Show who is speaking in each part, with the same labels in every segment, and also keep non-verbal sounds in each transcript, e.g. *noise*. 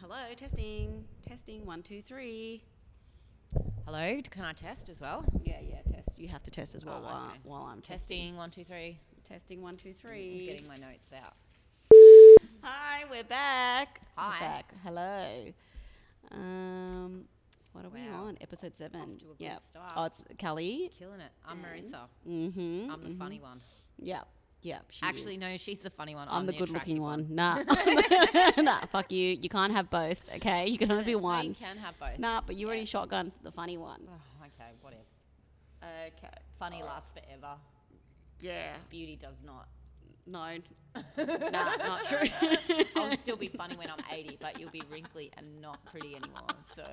Speaker 1: Hello, testing, testing, one, two, three. Hello, can I test as well?
Speaker 2: Yeah, yeah, test. You have to test as well
Speaker 1: Oh,
Speaker 2: while,
Speaker 1: okay.
Speaker 2: while I'm testing.
Speaker 1: Testing, one, two, three.
Speaker 2: Testing one, two,
Speaker 1: I'm
Speaker 2: three.
Speaker 1: getting my notes out.
Speaker 2: Hi, we're back. We're
Speaker 1: Hi.
Speaker 2: back. Hello. Um, what are we
Speaker 1: Wow.
Speaker 2: on? Episode seven.
Speaker 1: to a good
Speaker 2: Yep.
Speaker 1: start.
Speaker 2: Oh, it's Kelly.
Speaker 1: Killing it. I'm Marissa.
Speaker 2: Mm-hmm.
Speaker 1: I'm the funny one.
Speaker 2: Yep. Yep. she
Speaker 1: Actually,
Speaker 2: is.
Speaker 1: no, she's the funny one.
Speaker 2: I'm, the, good
Speaker 1: attractive
Speaker 2: looking one. Nah.
Speaker 1: *laughs*
Speaker 2: nah, *laughs* fuck you. You can't have both, okay? You can only be
Speaker 1: No, You
Speaker 2: one.
Speaker 1: can have both.
Speaker 2: Nah, but you
Speaker 1: Yeah.
Speaker 2: already shotgunned the funny one.
Speaker 1: Oh, okay, what if?
Speaker 2: Okay.
Speaker 1: Funny lasts forever.
Speaker 2: Yeah.
Speaker 1: Beauty does not. *laughs*
Speaker 2: No. nah, not true.
Speaker 1: I'll still be funny when I'm 80, but you'll be wrinkly and not pretty anymore. So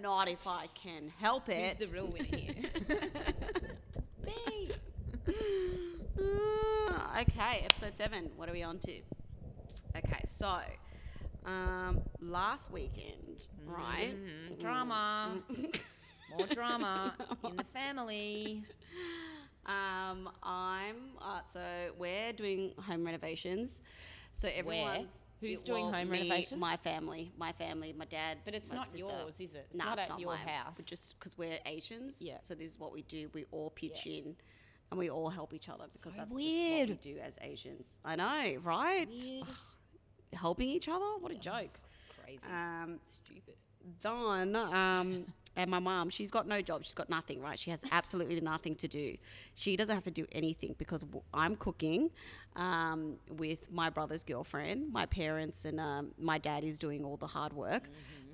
Speaker 2: Not if I can help
Speaker 1: who's
Speaker 2: it.
Speaker 1: the real winner here?
Speaker 2: *laughs* Me. Ah, *laughs* okay, episode seven. What are we on to? Okay, so um, last weekend, right?
Speaker 1: Mm, drama.
Speaker 2: Mm-hmm. Mm. *laughs*
Speaker 1: More drama in the family.
Speaker 2: Um, I'm uh, so we're doing home renovations. So everyone's
Speaker 1: Who's
Speaker 2: y-
Speaker 1: doing home
Speaker 2: me,
Speaker 1: renovations?
Speaker 2: My family, my family, my dad.
Speaker 1: But it's
Speaker 2: my
Speaker 1: not
Speaker 2: sister.
Speaker 1: yours, is it? It's
Speaker 2: No,
Speaker 1: not
Speaker 2: it's
Speaker 1: at
Speaker 2: not
Speaker 1: your
Speaker 2: mine.
Speaker 1: house.
Speaker 2: But just because we're Asians,
Speaker 1: Yeah.
Speaker 2: So this is what we do. We all pitch
Speaker 1: Yeah.
Speaker 2: in, and we all help each other because
Speaker 1: So
Speaker 2: that's
Speaker 1: weird.
Speaker 2: just what we do as Asians. I know, right?
Speaker 1: Weird.
Speaker 2: Ugh, Helping each other, what a joke.
Speaker 1: Crazy.
Speaker 2: Um,
Speaker 1: Stupid.
Speaker 2: Don um, *laughs* and my mom, she's got no job. She's got nothing, right? She has absolutely nothing to do. She doesn't have to do anything because w- I'm cooking um, with my brother's girlfriend, my parents, and um, my dad is doing all the hard work.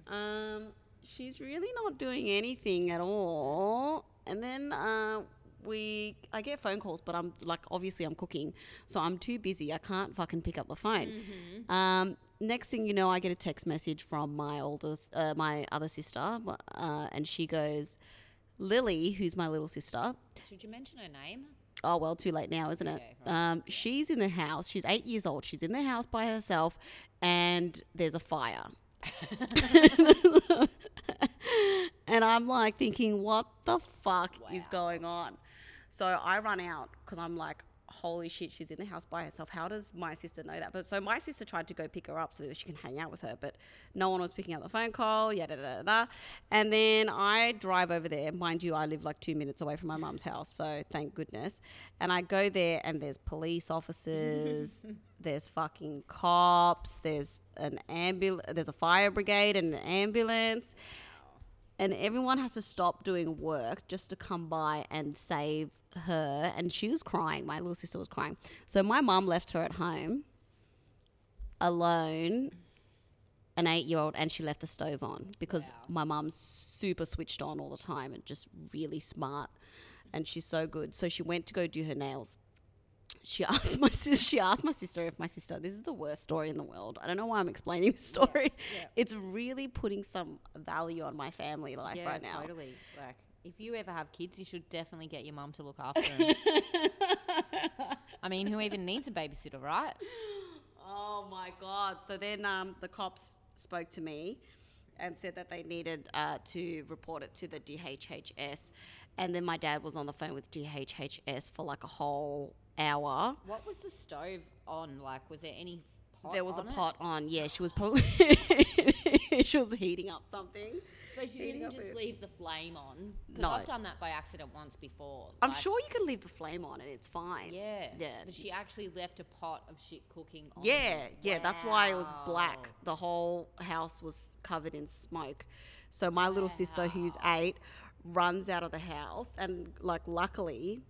Speaker 2: Um, she's really not doing anything at all. And then uh, we, I get phone calls, but I'm like, obviously, I'm cooking, so I'm too busy. I can't fucking pick up the phone. Um, next thing you know, I get a text message from my oldest, uh, my other sister, uh, and she goes, "Lily, who's my little sister,
Speaker 1: Should you mention her name?
Speaker 2: oh well too late now isn't it
Speaker 1: Okay,
Speaker 2: um, she's in the house she's eight years old she's in the house by herself and there's a fire *laughs* and i'm like thinking what the fuck is going on so i run out because i'm like holy shit she's in the house by herself how does my sister know that but so my sister tried to go pick her up so that she can hang out with her but no one was picking up the phone call yada da, da, da. and then i drive over there mind you i live like two minutes away from my mum's house so thank goodness and i go there and there's police officers there's fucking cops there's an ambulance there's a fire brigade and an ambulance and everyone has to stop doing work just to come by and save her and she was crying my little sister was crying so my mom left her at home alone an eight year old and she left the stove on because my mum's super switched on all the time and just really smart and she's so good so she went to go do her nails she *laughs* asked my sister she asked my sister if my sister this is the worst story in the world i don't know why i'm explaining this story it's really putting some value on my family life right now
Speaker 1: totally. Like, if you ever have kids, you should definitely get your mum to look after
Speaker 2: *laughs*
Speaker 1: them. I mean, who even needs a babysitter, right?
Speaker 2: Oh my god! So then um, the cops spoke to me and said that they needed uh, to report it to the DHHS, and then my dad was on the phone with DHHS for like a whole hour.
Speaker 1: What was the stove on? Like, was there any pot?
Speaker 2: there was a
Speaker 1: on it?
Speaker 2: pot on. Yeah, she was probably *laughs* she was heating up something.
Speaker 1: So she
Speaker 2: heating
Speaker 1: didn't
Speaker 2: up
Speaker 1: just
Speaker 2: it.
Speaker 1: leave the flame on. 'Cause
Speaker 2: No.
Speaker 1: I've done that by accident once before.
Speaker 2: I'm
Speaker 1: Like,
Speaker 2: sure you can leave the flame on and it's fine.
Speaker 1: Yeah.
Speaker 2: Yeah.
Speaker 1: But she actually left a pot of shit cooking on.
Speaker 2: Yeah, yeah, that's why it was black.
Speaker 1: Wow.
Speaker 2: The whole house was covered in smoke. So my little sister, who's eight, runs out of the house, and like luckily,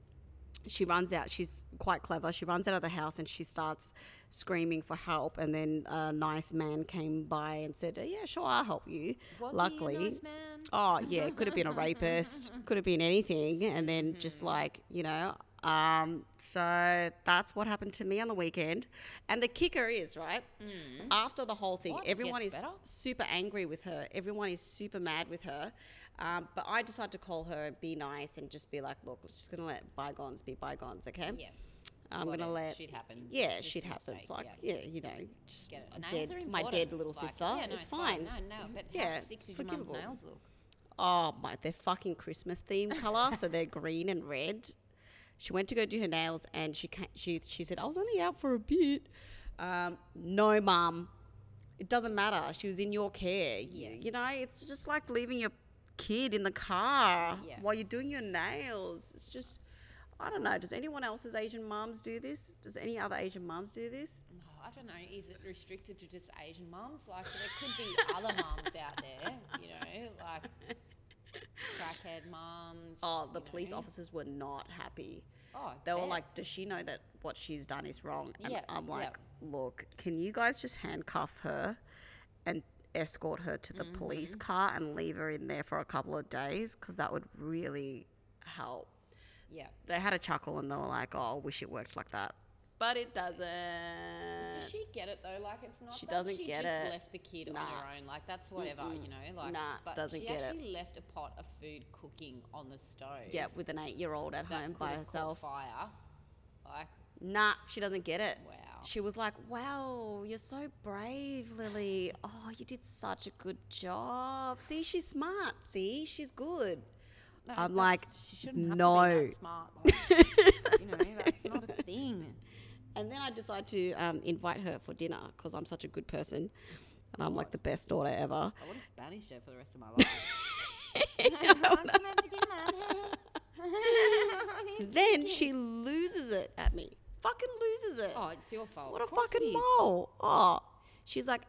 Speaker 2: she runs out. She's quite clever. She runs out of the house and she starts screaming for help. And then a nice man came by and said, "Oh, "Yeah, sure, I'll help you."
Speaker 1: Was
Speaker 2: luckily,
Speaker 1: He a nice man?
Speaker 2: Oh yeah, it could have been a rapist, could have been anything, and then
Speaker 1: Hmm.
Speaker 2: just like you know. Um, so that's what happened to me on the weekend, and the kicker is right after the whole thing,
Speaker 1: Hmm. What?
Speaker 2: everyone
Speaker 1: Gets
Speaker 2: is
Speaker 1: better?
Speaker 2: super angry with her. Everyone is super mad with her. Um, but I decided to call her and be nice and just be like, look, we're just gonna let bygones be bygones, okay?
Speaker 1: Yeah.
Speaker 2: I'm gonna
Speaker 1: whatever,
Speaker 2: let
Speaker 1: shit happens.
Speaker 2: Yeah,
Speaker 1: It's
Speaker 2: shit
Speaker 1: a
Speaker 2: happens.
Speaker 1: mistake,
Speaker 2: Like
Speaker 1: yeah.
Speaker 2: yeah. you know, just
Speaker 1: Get
Speaker 2: a
Speaker 1: it. Nails
Speaker 2: dead,
Speaker 1: are
Speaker 2: my dead
Speaker 1: important,
Speaker 2: little
Speaker 1: like,
Speaker 2: sister.
Speaker 1: yeah, no,
Speaker 2: it's fine.
Speaker 1: No, no. But
Speaker 2: Yeah,
Speaker 1: how
Speaker 2: it's
Speaker 1: sick did your mum's
Speaker 2: forgivable.
Speaker 1: nails look?
Speaker 2: Oh my, they're fucking Christmas theme color, so they're green and red. She went to go do her nails, and she ca- she she said I was only out for a bit. Um, no, mum, It doesn't matter. She was in your care. You, you know, it's just like leaving your kid in the car
Speaker 1: Yeah.
Speaker 2: while you're doing your nails. It's just, I don't know. Does anyone else's Asian moms do this? Does any other Asian moms do this?
Speaker 1: Oh, I don't know. Is it restricted to just Asian mums? Like there
Speaker 2: *laughs*
Speaker 1: could be other mums out there, you know, like crackhead mums.
Speaker 2: Oh, the
Speaker 1: you
Speaker 2: police
Speaker 1: know.
Speaker 2: officers were not happy.
Speaker 1: Oh, I
Speaker 2: They were
Speaker 1: bet.
Speaker 2: like, does she know that what she's done is wrong? And
Speaker 1: Yeah,
Speaker 2: I'm
Speaker 1: yeah.
Speaker 2: like, look, can you guys just handcuff her and escort her to the
Speaker 1: Mm-hmm.
Speaker 2: police car and leave her in there for a couple of days? Because that would really help.
Speaker 1: yeah.
Speaker 2: They had a chuckle and they were like, oh, I wish it worked like that. But it doesn't.
Speaker 1: Does she get it though? Like it's not.
Speaker 2: uh, She
Speaker 1: that
Speaker 2: doesn't
Speaker 1: she
Speaker 2: get
Speaker 1: just
Speaker 2: it.
Speaker 1: Left the kid on
Speaker 2: Nah.
Speaker 1: her own. Like that's whatever, you know. Like
Speaker 2: Nah,
Speaker 1: but
Speaker 2: doesn't
Speaker 1: she
Speaker 2: get it.
Speaker 1: actually left a pot of food cooking on the stove.
Speaker 2: Yeah, with an eight year old at
Speaker 1: that
Speaker 2: home
Speaker 1: could
Speaker 2: by
Speaker 1: have caught
Speaker 2: herself.
Speaker 1: Fire. Like
Speaker 2: Nah, she doesn't get it.
Speaker 1: wow.
Speaker 2: She was like, Wow, you're so brave, Lily. Oh, you did such a good job. See, she's smart. See, she's good.
Speaker 1: No,
Speaker 2: I'm
Speaker 1: that's-
Speaker 2: like,
Speaker 1: she shouldn't have to
Speaker 2: "No."
Speaker 1: be that smart. Like, you know, that's not
Speaker 2: *laughs*
Speaker 1: a thing.
Speaker 2: And then I decide to um, invite her for dinner because I'm such a good person and I'm like the best daughter ever. *laughs*
Speaker 1: I would have banished her for the rest of my life.
Speaker 2: *laughs*
Speaker 1: I'm coming for dinner.
Speaker 2: Then she loses it at me. Fucking loses it.
Speaker 1: oh, it's your fault.
Speaker 2: What a
Speaker 1: Of course it
Speaker 2: fucking
Speaker 1: is.
Speaker 2: mole. Oh. She's like,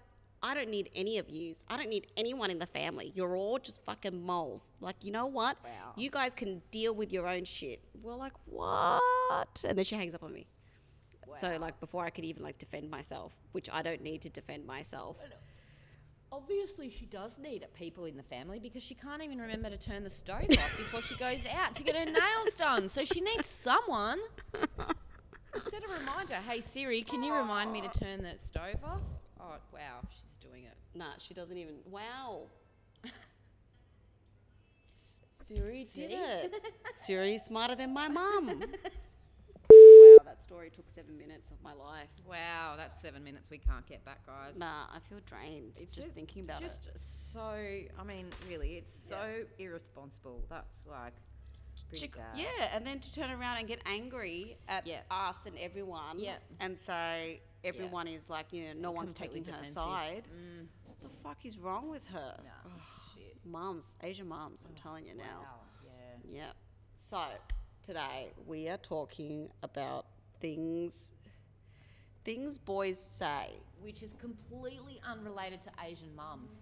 Speaker 2: I don't need any of yous. I don't need anyone in the family. You're all just fucking moles. Like, you know what?
Speaker 1: Wow.
Speaker 2: You guys can deal with your own shit. We're like, what? And then she hangs up on me. So
Speaker 1: Wow.
Speaker 2: like before I could even like defend myself, which I don't need to defend myself.
Speaker 1: Obviously, she does need people in the family because she can't even remember to turn the stove off before she goes out to get her nails done. So she needs someone. Set a reminder. Hey Siri, can you remind me to turn the stove off? Oh wow, she's doing it.
Speaker 2: Nah, she doesn't even. Wow. *laughs* Siri did
Speaker 1: See?
Speaker 2: it. *laughs* Siri's smarter than my mum. *laughs* wow, that story took seven minutes of my life.
Speaker 1: Wow, that's seven minutes we can't get back, guys.
Speaker 2: Nah, I feel drained just
Speaker 1: a-
Speaker 2: thinking about it.
Speaker 1: just so. I mean, really, it's so irresponsible. That's like pretty
Speaker 2: Chick-
Speaker 1: bad.
Speaker 2: yeah, and then to turn around and get angry at
Speaker 1: Yeah.
Speaker 2: us and everyone,
Speaker 1: Yeah.
Speaker 2: and say everyone is like, you know, no one's
Speaker 1: Completely
Speaker 2: taking
Speaker 1: defensive. Mm.
Speaker 2: her side. What the fuck is wrong with her?
Speaker 1: Nah, shit.
Speaker 2: Moms, Asian moms, I'm telling you now.
Speaker 1: Oh, Wow, yeah.
Speaker 2: Yeah. So today we are talking about things things boys say. *laughs*
Speaker 1: Which is completely unrelated to Asian mums.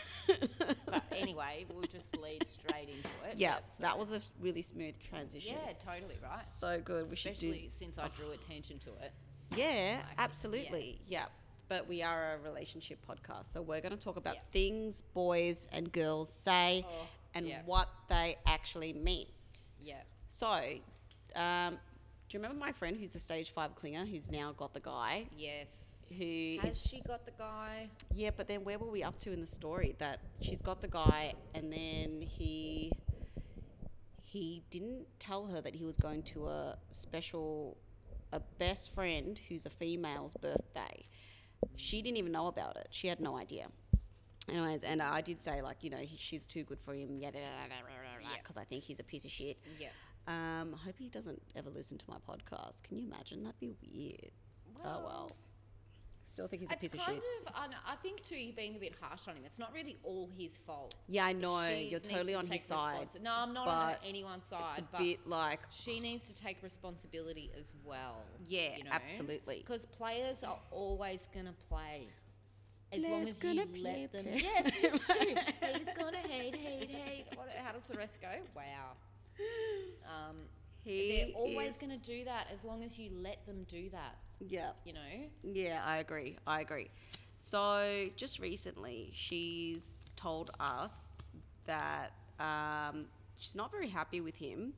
Speaker 2: *laughs*
Speaker 1: but anyway, we'll just lead straight into it.
Speaker 2: Yeah,
Speaker 1: That's-
Speaker 2: that was a really smooth transition.
Speaker 1: yeah, totally right.
Speaker 2: So good. We
Speaker 1: Especially since I drew attention to it.
Speaker 2: should do. Yeah, absolutely. Yeah. But we are a relationship podcast, so we're going to talk about
Speaker 1: Yeah.
Speaker 2: things boys and girls say
Speaker 1: Oh,
Speaker 2: and
Speaker 1: yeah.
Speaker 2: what they actually mean.
Speaker 1: Yeah.
Speaker 2: So, um, do you remember my friend who's a stage five clinger who's now got the guy
Speaker 1: Yes.
Speaker 2: who is
Speaker 1: Has she got the guy?
Speaker 2: Yeah, but then where were we up to in the story that she's got the guy and then he he didn't tell her that he was going to a special a best friend who's a female's birthday. She didn't even know about it. She had no idea. Anyways, and I did say like, you know, he, she's too good for him. Yeah,
Speaker 1: Yeah.
Speaker 2: because I think he's a piece of shit.
Speaker 1: Yeah.
Speaker 2: Um, I hope he doesn't ever listen to my podcast. Can you imagine? That'd be weird. oh
Speaker 1: Well,
Speaker 2: well. Still think he's a
Speaker 1: It's
Speaker 2: piece of
Speaker 1: kind
Speaker 2: shit.
Speaker 1: of, I, know- I think too, you're being a bit harsh on him. It's not really all his fault.
Speaker 2: Yeah, I know.
Speaker 1: She
Speaker 2: You're
Speaker 1: needs
Speaker 2: totally
Speaker 1: to
Speaker 2: on his
Speaker 1: take
Speaker 2: side.
Speaker 1: responsi- No, I'm not on
Speaker 2: but
Speaker 1: anyone's side.
Speaker 2: It's a
Speaker 1: but
Speaker 2: bit like,
Speaker 1: she needs to take responsibility as well.
Speaker 2: yeah, absolutely.
Speaker 1: Because players are always gonna play. As long
Speaker 2: Let's
Speaker 1: as you
Speaker 2: gonna
Speaker 1: let
Speaker 2: play,
Speaker 1: them.
Speaker 2: play.
Speaker 1: Yeah, *laughs* it's just shoot. He's gonna hate, hate, hate. What, how does the rest go? Wow. Um,
Speaker 2: He
Speaker 1: they're always
Speaker 2: is-
Speaker 1: gonna do that as long as you let them do that.
Speaker 2: Yeah,
Speaker 1: You know.
Speaker 2: yeah, I agree. I agree. So just recently, she's told us that um, she's not very happy with him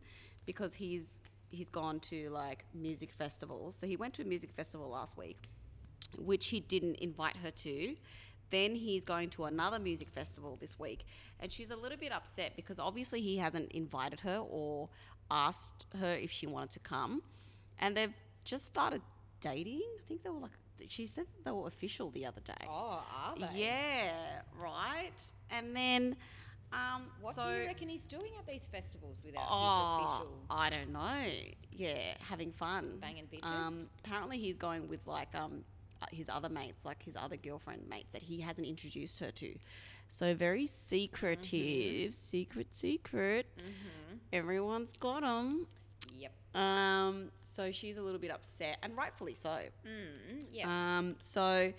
Speaker 2: because he's he's gone to like music festivals. So he went to a music festival last week, which he didn't invite her to. Then he's going to another music festival this week, and she's a little bit upset because obviously he hasn't invited her or asked her if she wanted to come. And they've just started dating. I think they were like, she said that they were official the other day.
Speaker 1: Oh, are they?
Speaker 2: Yeah, right. And then, um,
Speaker 1: What
Speaker 2: so
Speaker 1: do you reckon he's doing at these festivals without his
Speaker 2: oh,
Speaker 1: official?
Speaker 2: I don't know. Yeah, having fun,
Speaker 1: Banging bitches?
Speaker 2: Um, apparently he's going with like um uh, his other mates, like his other girlfriend mates that he hasn't introduced her to. So very
Speaker 1: Mm-hmm.
Speaker 2: secretive, secret, secret.
Speaker 1: Mm.
Speaker 2: Everyone's got them.
Speaker 1: Yep.
Speaker 2: Um, so she's a little bit upset, and rightfully so.
Speaker 1: Mm, yeah.
Speaker 2: Um, so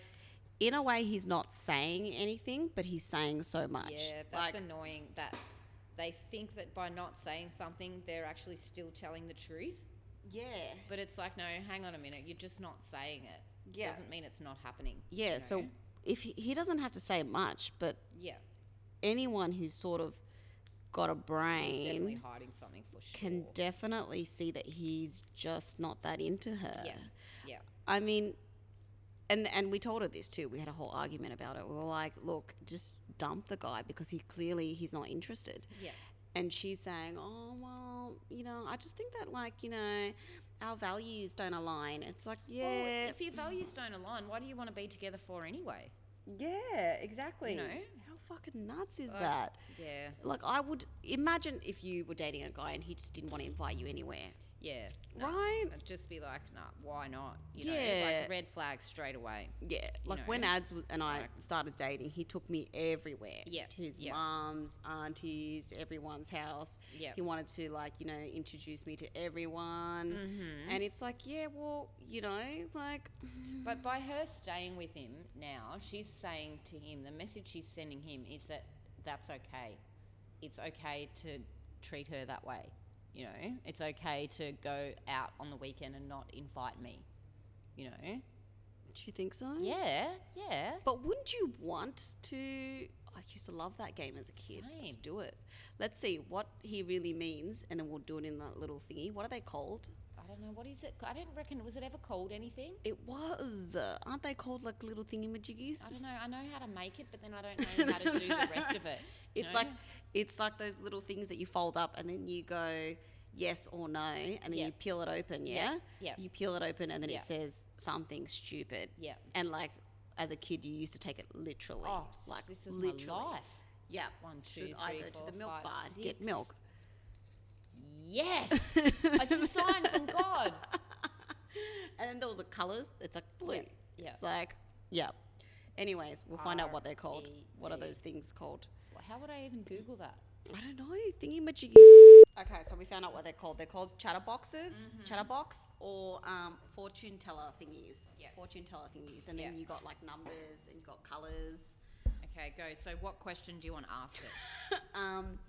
Speaker 2: in a way, he's not saying anything, but he's saying so much.
Speaker 1: Uh, yeah, that's annoying that they think that by not saying something, they're actually still telling the truth.
Speaker 2: yeah,
Speaker 1: But it's like, no, hang on a minute, you're just not saying it.
Speaker 2: Yeah.
Speaker 1: Doesn't mean it's not happening. you
Speaker 2: yeah.
Speaker 1: know?
Speaker 2: So if he, he doesn't have to say much, but
Speaker 1: yeah,
Speaker 2: anyone who's sort of got a
Speaker 1: he's definitely
Speaker 2: brain
Speaker 1: hiding something for sure.
Speaker 2: can definitely see that he's just not that into her.
Speaker 1: yeah, yeah,
Speaker 2: I mean, and and we told her this too. We had a whole argument about it. We were like, look, just dump the guy because he clearly he's not interested.
Speaker 1: yeah,
Speaker 2: And she's saying, oh well, you know, I just think that like you know, our values don't align. It's like yeah,
Speaker 1: Well, if your values don't align, why do you want to be together for anyway?
Speaker 2: yeah, exactly.
Speaker 1: You know?
Speaker 2: how fucking nuts is
Speaker 1: Like-
Speaker 2: that?
Speaker 1: Yeah,
Speaker 2: Like I would imagine if you were dating a guy and he just didn't want to invite you anywhere,
Speaker 1: yeah. No.
Speaker 2: right?
Speaker 1: I'd just be like, nah, why not? You know,
Speaker 2: Yeah.
Speaker 1: like red flag straight away.
Speaker 2: Yeah, like
Speaker 1: know?
Speaker 2: when Ads w- and I started dating, he took me everywhere.
Speaker 1: Yeah,
Speaker 2: to his
Speaker 1: yeah.
Speaker 2: mum's, aunties, everyone's house.
Speaker 1: Yeah.
Speaker 2: he wanted to like you know introduce me to everyone,
Speaker 1: Mm-hmm.
Speaker 2: and it's like yeah, well you know like *laughs*
Speaker 1: But by her staying with him now, she's saying to him, the message she's sending him is that that's okay. It's okay to treat her that way. You know, it's okay to go out on the weekend and not invite me. You know?
Speaker 2: do you think so?
Speaker 1: Yeah, yeah.
Speaker 2: But wouldn't you want to? I used to love that game as a kid. Let's
Speaker 1: Same.
Speaker 2: do it. Let's see what he really means, and then we'll do it in that little thingy. What are they called?
Speaker 1: I don't know, what is it? I didn't reckon, was it ever called anything?
Speaker 2: It was. uh, Aren't they called like little thingy majiggies?
Speaker 1: I don't know. I know how to make it, but then I don't *laughs* know how to do the rest of it. *laughs* you
Speaker 2: It's
Speaker 1: know?
Speaker 2: like it's like those little things that you fold up and then you go yes or no and then
Speaker 1: Yeah.
Speaker 2: you peel it open, yeah?
Speaker 1: Yeah, yeah.
Speaker 2: You peel it open and then
Speaker 1: Yeah.
Speaker 2: it says something stupid.
Speaker 1: Yeah.
Speaker 2: And like as a kid you used to take it literally.
Speaker 1: Oh,
Speaker 2: like
Speaker 1: this is
Speaker 2: literally.
Speaker 1: my life.
Speaker 2: Yeah.
Speaker 1: One, two,
Speaker 2: Should I
Speaker 1: three,
Speaker 2: go
Speaker 1: four,
Speaker 2: to the milk
Speaker 1: five,
Speaker 2: bar and get
Speaker 1: six.
Speaker 2: milk? *laughs*
Speaker 1: *laughs* Yes! it's a sign from God.
Speaker 2: And then there was the colours, it's like blue.
Speaker 1: yeah.
Speaker 2: It's like yeah. Anyways, we'll find out what they're called. What are
Speaker 1: R.E.D..
Speaker 2: those things called?
Speaker 1: Well, How would I even Google that?
Speaker 2: I don't know, thingy majiggy. Okay, so we found out what they're called. They're called chatterboxes, chatterbox, or um, fortune teller thingies.
Speaker 1: Yeah.
Speaker 2: Fortune teller thingies, and then
Speaker 1: Yeah.
Speaker 2: you got like numbers and you got colors.
Speaker 1: Okay, go. So, what question do you want to ask her?
Speaker 2: Um,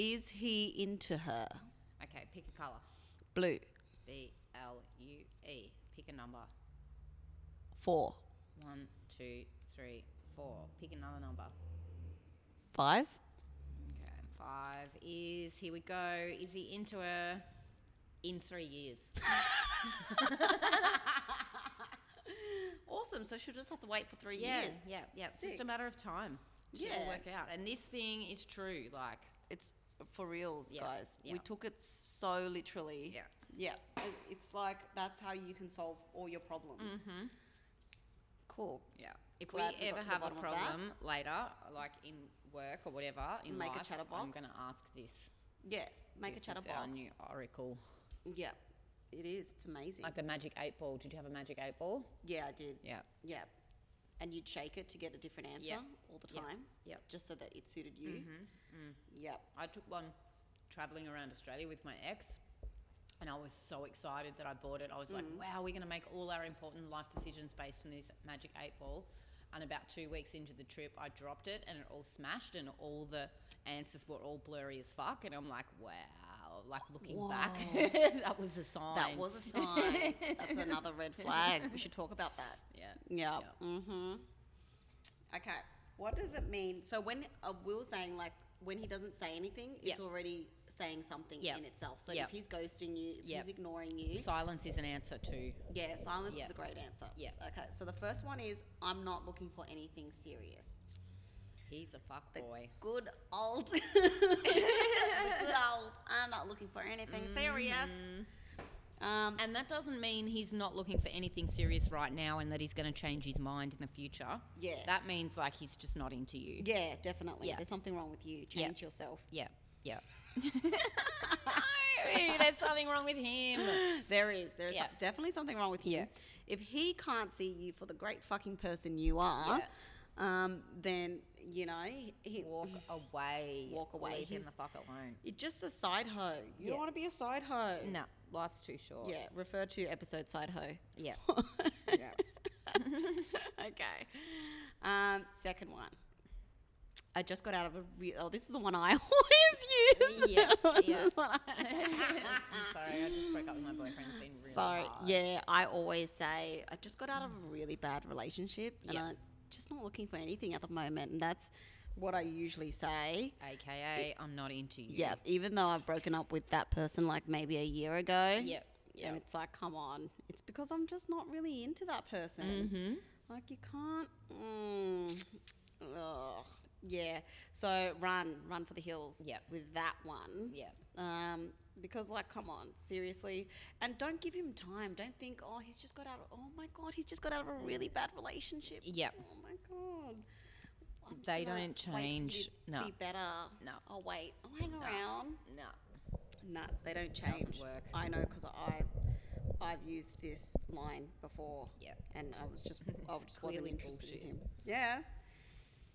Speaker 2: is he into her?
Speaker 1: okay, pick a color.
Speaker 2: Blue
Speaker 1: B L U E. Pick a number.
Speaker 2: four
Speaker 1: One, two, three, four. Pick another number.
Speaker 2: five.
Speaker 1: Okay, five is. Here we go. Is he into her in three years?
Speaker 2: Awesome. So she'll just have to wait for three years.
Speaker 1: yeah, yeah. Just a
Speaker 2: Sick.
Speaker 1: matter of time. She'll
Speaker 2: Yeah.
Speaker 1: work out. And this thing is true. Like,
Speaker 2: It's for reals,
Speaker 1: Yeah,
Speaker 2: guys. We
Speaker 1: yeah.
Speaker 2: took it so literally.
Speaker 1: Yeah.
Speaker 2: Yeah. It- It's like that's how you can solve all your problems.
Speaker 1: Mm-hmm.
Speaker 2: Cool.
Speaker 1: Yeah. If
Speaker 2: Glad we
Speaker 1: we
Speaker 2: got
Speaker 1: ever
Speaker 2: to the
Speaker 1: have a
Speaker 2: bottom of that.
Speaker 1: problem later, like in work or whatever, in
Speaker 2: Make a
Speaker 1: life, I'm
Speaker 2: chatterbox.
Speaker 1: going to ask this.
Speaker 2: Yeah. Make
Speaker 1: This
Speaker 2: a
Speaker 1: is Our
Speaker 2: chatterbox.
Speaker 1: new oracle,
Speaker 2: Yeah. It is. It's amazing.
Speaker 1: like a magic eight ball. Did you have a magic eight ball?
Speaker 2: yeah, I did.
Speaker 1: Yeah.
Speaker 2: Yeah. And you'd shake it to get a different answer all the
Speaker 1: Yeah. Mm-hmm. Mm.
Speaker 2: time.
Speaker 1: Yep.
Speaker 2: Just so that it suited you. Yep.
Speaker 1: I took one traveling around Australia with my ex, and I was so excited that I bought it. I was like,
Speaker 2: Mm.
Speaker 1: wow, we're going to make all our important life decisions based on this magic eight ball. And about two weeks into the trip, I dropped it and it all smashed, and all the answers were all blurry as fuck. And I'm like, wow, like looking back, *laughs* that was a sign.
Speaker 2: That was
Speaker 1: *laughs*
Speaker 2: a sign. that's another red flag. We should talk about that.
Speaker 1: Yeah.
Speaker 2: Yeah. Mm-hmm. Okay. What does it mean? So when uh, we were saying like when he doesn't say anything, it's
Speaker 1: Yeah.
Speaker 2: already saying something
Speaker 1: Yeah.
Speaker 2: in itself. So
Speaker 1: Yeah.
Speaker 2: if he's ghosting you, if
Speaker 1: Yeah.
Speaker 2: he's ignoring you,
Speaker 1: Silence is an answer to.
Speaker 2: yeah, silence
Speaker 1: Yeah.
Speaker 2: is a great answer.
Speaker 1: Yeah.
Speaker 2: Okay. So the first one is I'm not looking for anything serious.
Speaker 1: He's a fuck
Speaker 2: The
Speaker 1: boy.
Speaker 2: good old, *laughs* the good old. I'm not looking for anything serious. Um,
Speaker 1: And that doesn't mean he's not looking for anything serious right now and that he's going to change his mind in the future.
Speaker 2: Yeah.
Speaker 1: That means like he's just not into you.
Speaker 2: yeah, definitely.
Speaker 1: Yeah.
Speaker 2: There's something wrong with you. Change yourself.
Speaker 1: Yeah. Yeah.
Speaker 2: *laughs*
Speaker 1: no, there's something wrong with him.
Speaker 2: *gasps* There is. There is
Speaker 1: Yeah.
Speaker 2: definitely something wrong with you. If he can't see you for the great fucking person you are, um, then you know he, he-
Speaker 1: Walk away.
Speaker 2: Walk away.
Speaker 1: Leave him the
Speaker 2: He's-
Speaker 1: fuck alone.
Speaker 2: you're just a side hoe. You
Speaker 1: Yeah.
Speaker 2: don't want to be a side hoe.
Speaker 1: No, life's too short.
Speaker 2: Yeah, refer to episode side hoe. *laughs*
Speaker 1: Yeah. *laughs*
Speaker 2: yeah. *laughs* okay. Um, second one. I just got out of a real. Oh, this is the one I *laughs* always use.
Speaker 1: Yeah,
Speaker 2: *laughs* This
Speaker 1: yeah.
Speaker 2: is what
Speaker 1: I'm *laughs*
Speaker 2: I- *laughs*
Speaker 1: sorry, I just broke up with my boyfriend. It's been really
Speaker 2: so
Speaker 1: hard.
Speaker 2: yeah, I always say I just got out of a really bad relationship and
Speaker 1: Yeah.
Speaker 2: I'm just not looking for anything at the moment, and that's what I usually say.
Speaker 1: AKA, I'm not into you.
Speaker 2: Yeah, even though I've broken up with that person like maybe a year ago.
Speaker 1: Yep, yep.
Speaker 2: And it's like, come on. It's because I'm just not really into that person.
Speaker 1: Mm-hmm.
Speaker 2: Like, you can't. Mm, ugh. Yeah. So run, run for the hills
Speaker 1: Yep.
Speaker 2: with that one.
Speaker 1: Yeah.
Speaker 2: Um, because, like, come on, seriously. And don't give him time. Don't think, oh, he's just got out of, oh my God, he's just got out of a really bad relationship.
Speaker 1: Yep.
Speaker 2: Oh my God. I'm just
Speaker 1: They
Speaker 2: gonna
Speaker 1: don't
Speaker 2: wait for
Speaker 1: change.
Speaker 2: you to
Speaker 1: No.
Speaker 2: Be better.
Speaker 1: No.
Speaker 2: I'll wait. I'll hang around.
Speaker 1: No.
Speaker 2: No, they don't change.
Speaker 1: work.
Speaker 2: I know because I, I've used this line before.
Speaker 1: Yep.
Speaker 2: And I was
Speaker 1: *laughs*
Speaker 2: just, I
Speaker 1: It's
Speaker 2: just wasn't
Speaker 1: clearly
Speaker 2: interested in
Speaker 1: bullshit.
Speaker 2: him. Yeah.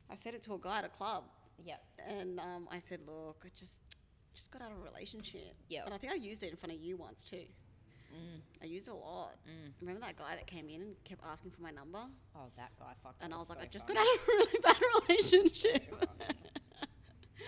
Speaker 2: I said it to a guy at a club,
Speaker 1: Yep.
Speaker 2: and um, I said, "Look, I just, just got out of a relationship."
Speaker 1: Yep. Mm.
Speaker 2: And I think I used it in front of you once too. I used it a lot. Remember that guy that came in and kept asking for my number?
Speaker 1: Oh, that guy fucked.
Speaker 2: And I was like,
Speaker 1: so
Speaker 2: I just
Speaker 1: funny.
Speaker 2: got out of a really *laughs* bad
Speaker 1: *laughs*
Speaker 2: relationship.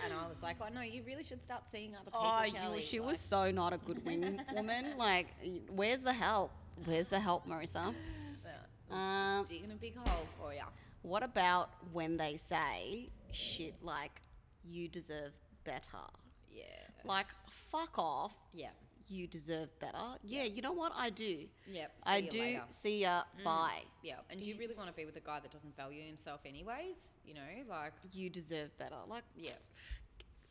Speaker 1: And I was like, oh no, you really should start seeing other people.
Speaker 2: Oh, you,
Speaker 1: Kelly.
Speaker 2: she
Speaker 1: Like,
Speaker 2: was so not a good
Speaker 1: *laughs*
Speaker 2: wing woman. Like, y- where's the help? Where's the help, Marissa?
Speaker 1: "Yeah, it's
Speaker 2: Um,
Speaker 1: just digging a big hole for you.
Speaker 2: What about when they say shit like, you deserve better?
Speaker 1: Yeah.
Speaker 2: Like, fuck off,
Speaker 1: Yeah.
Speaker 2: you deserve better. Yeah, you know what? I do.
Speaker 1: Yep.
Speaker 2: I
Speaker 1: see you
Speaker 2: do.
Speaker 1: later. Mm.
Speaker 2: See ya. Bye.
Speaker 1: Yeah. And do you really want to be with a guy that doesn't value himself, anyways? You know, like,
Speaker 2: You deserve better. Like,
Speaker 1: yeah,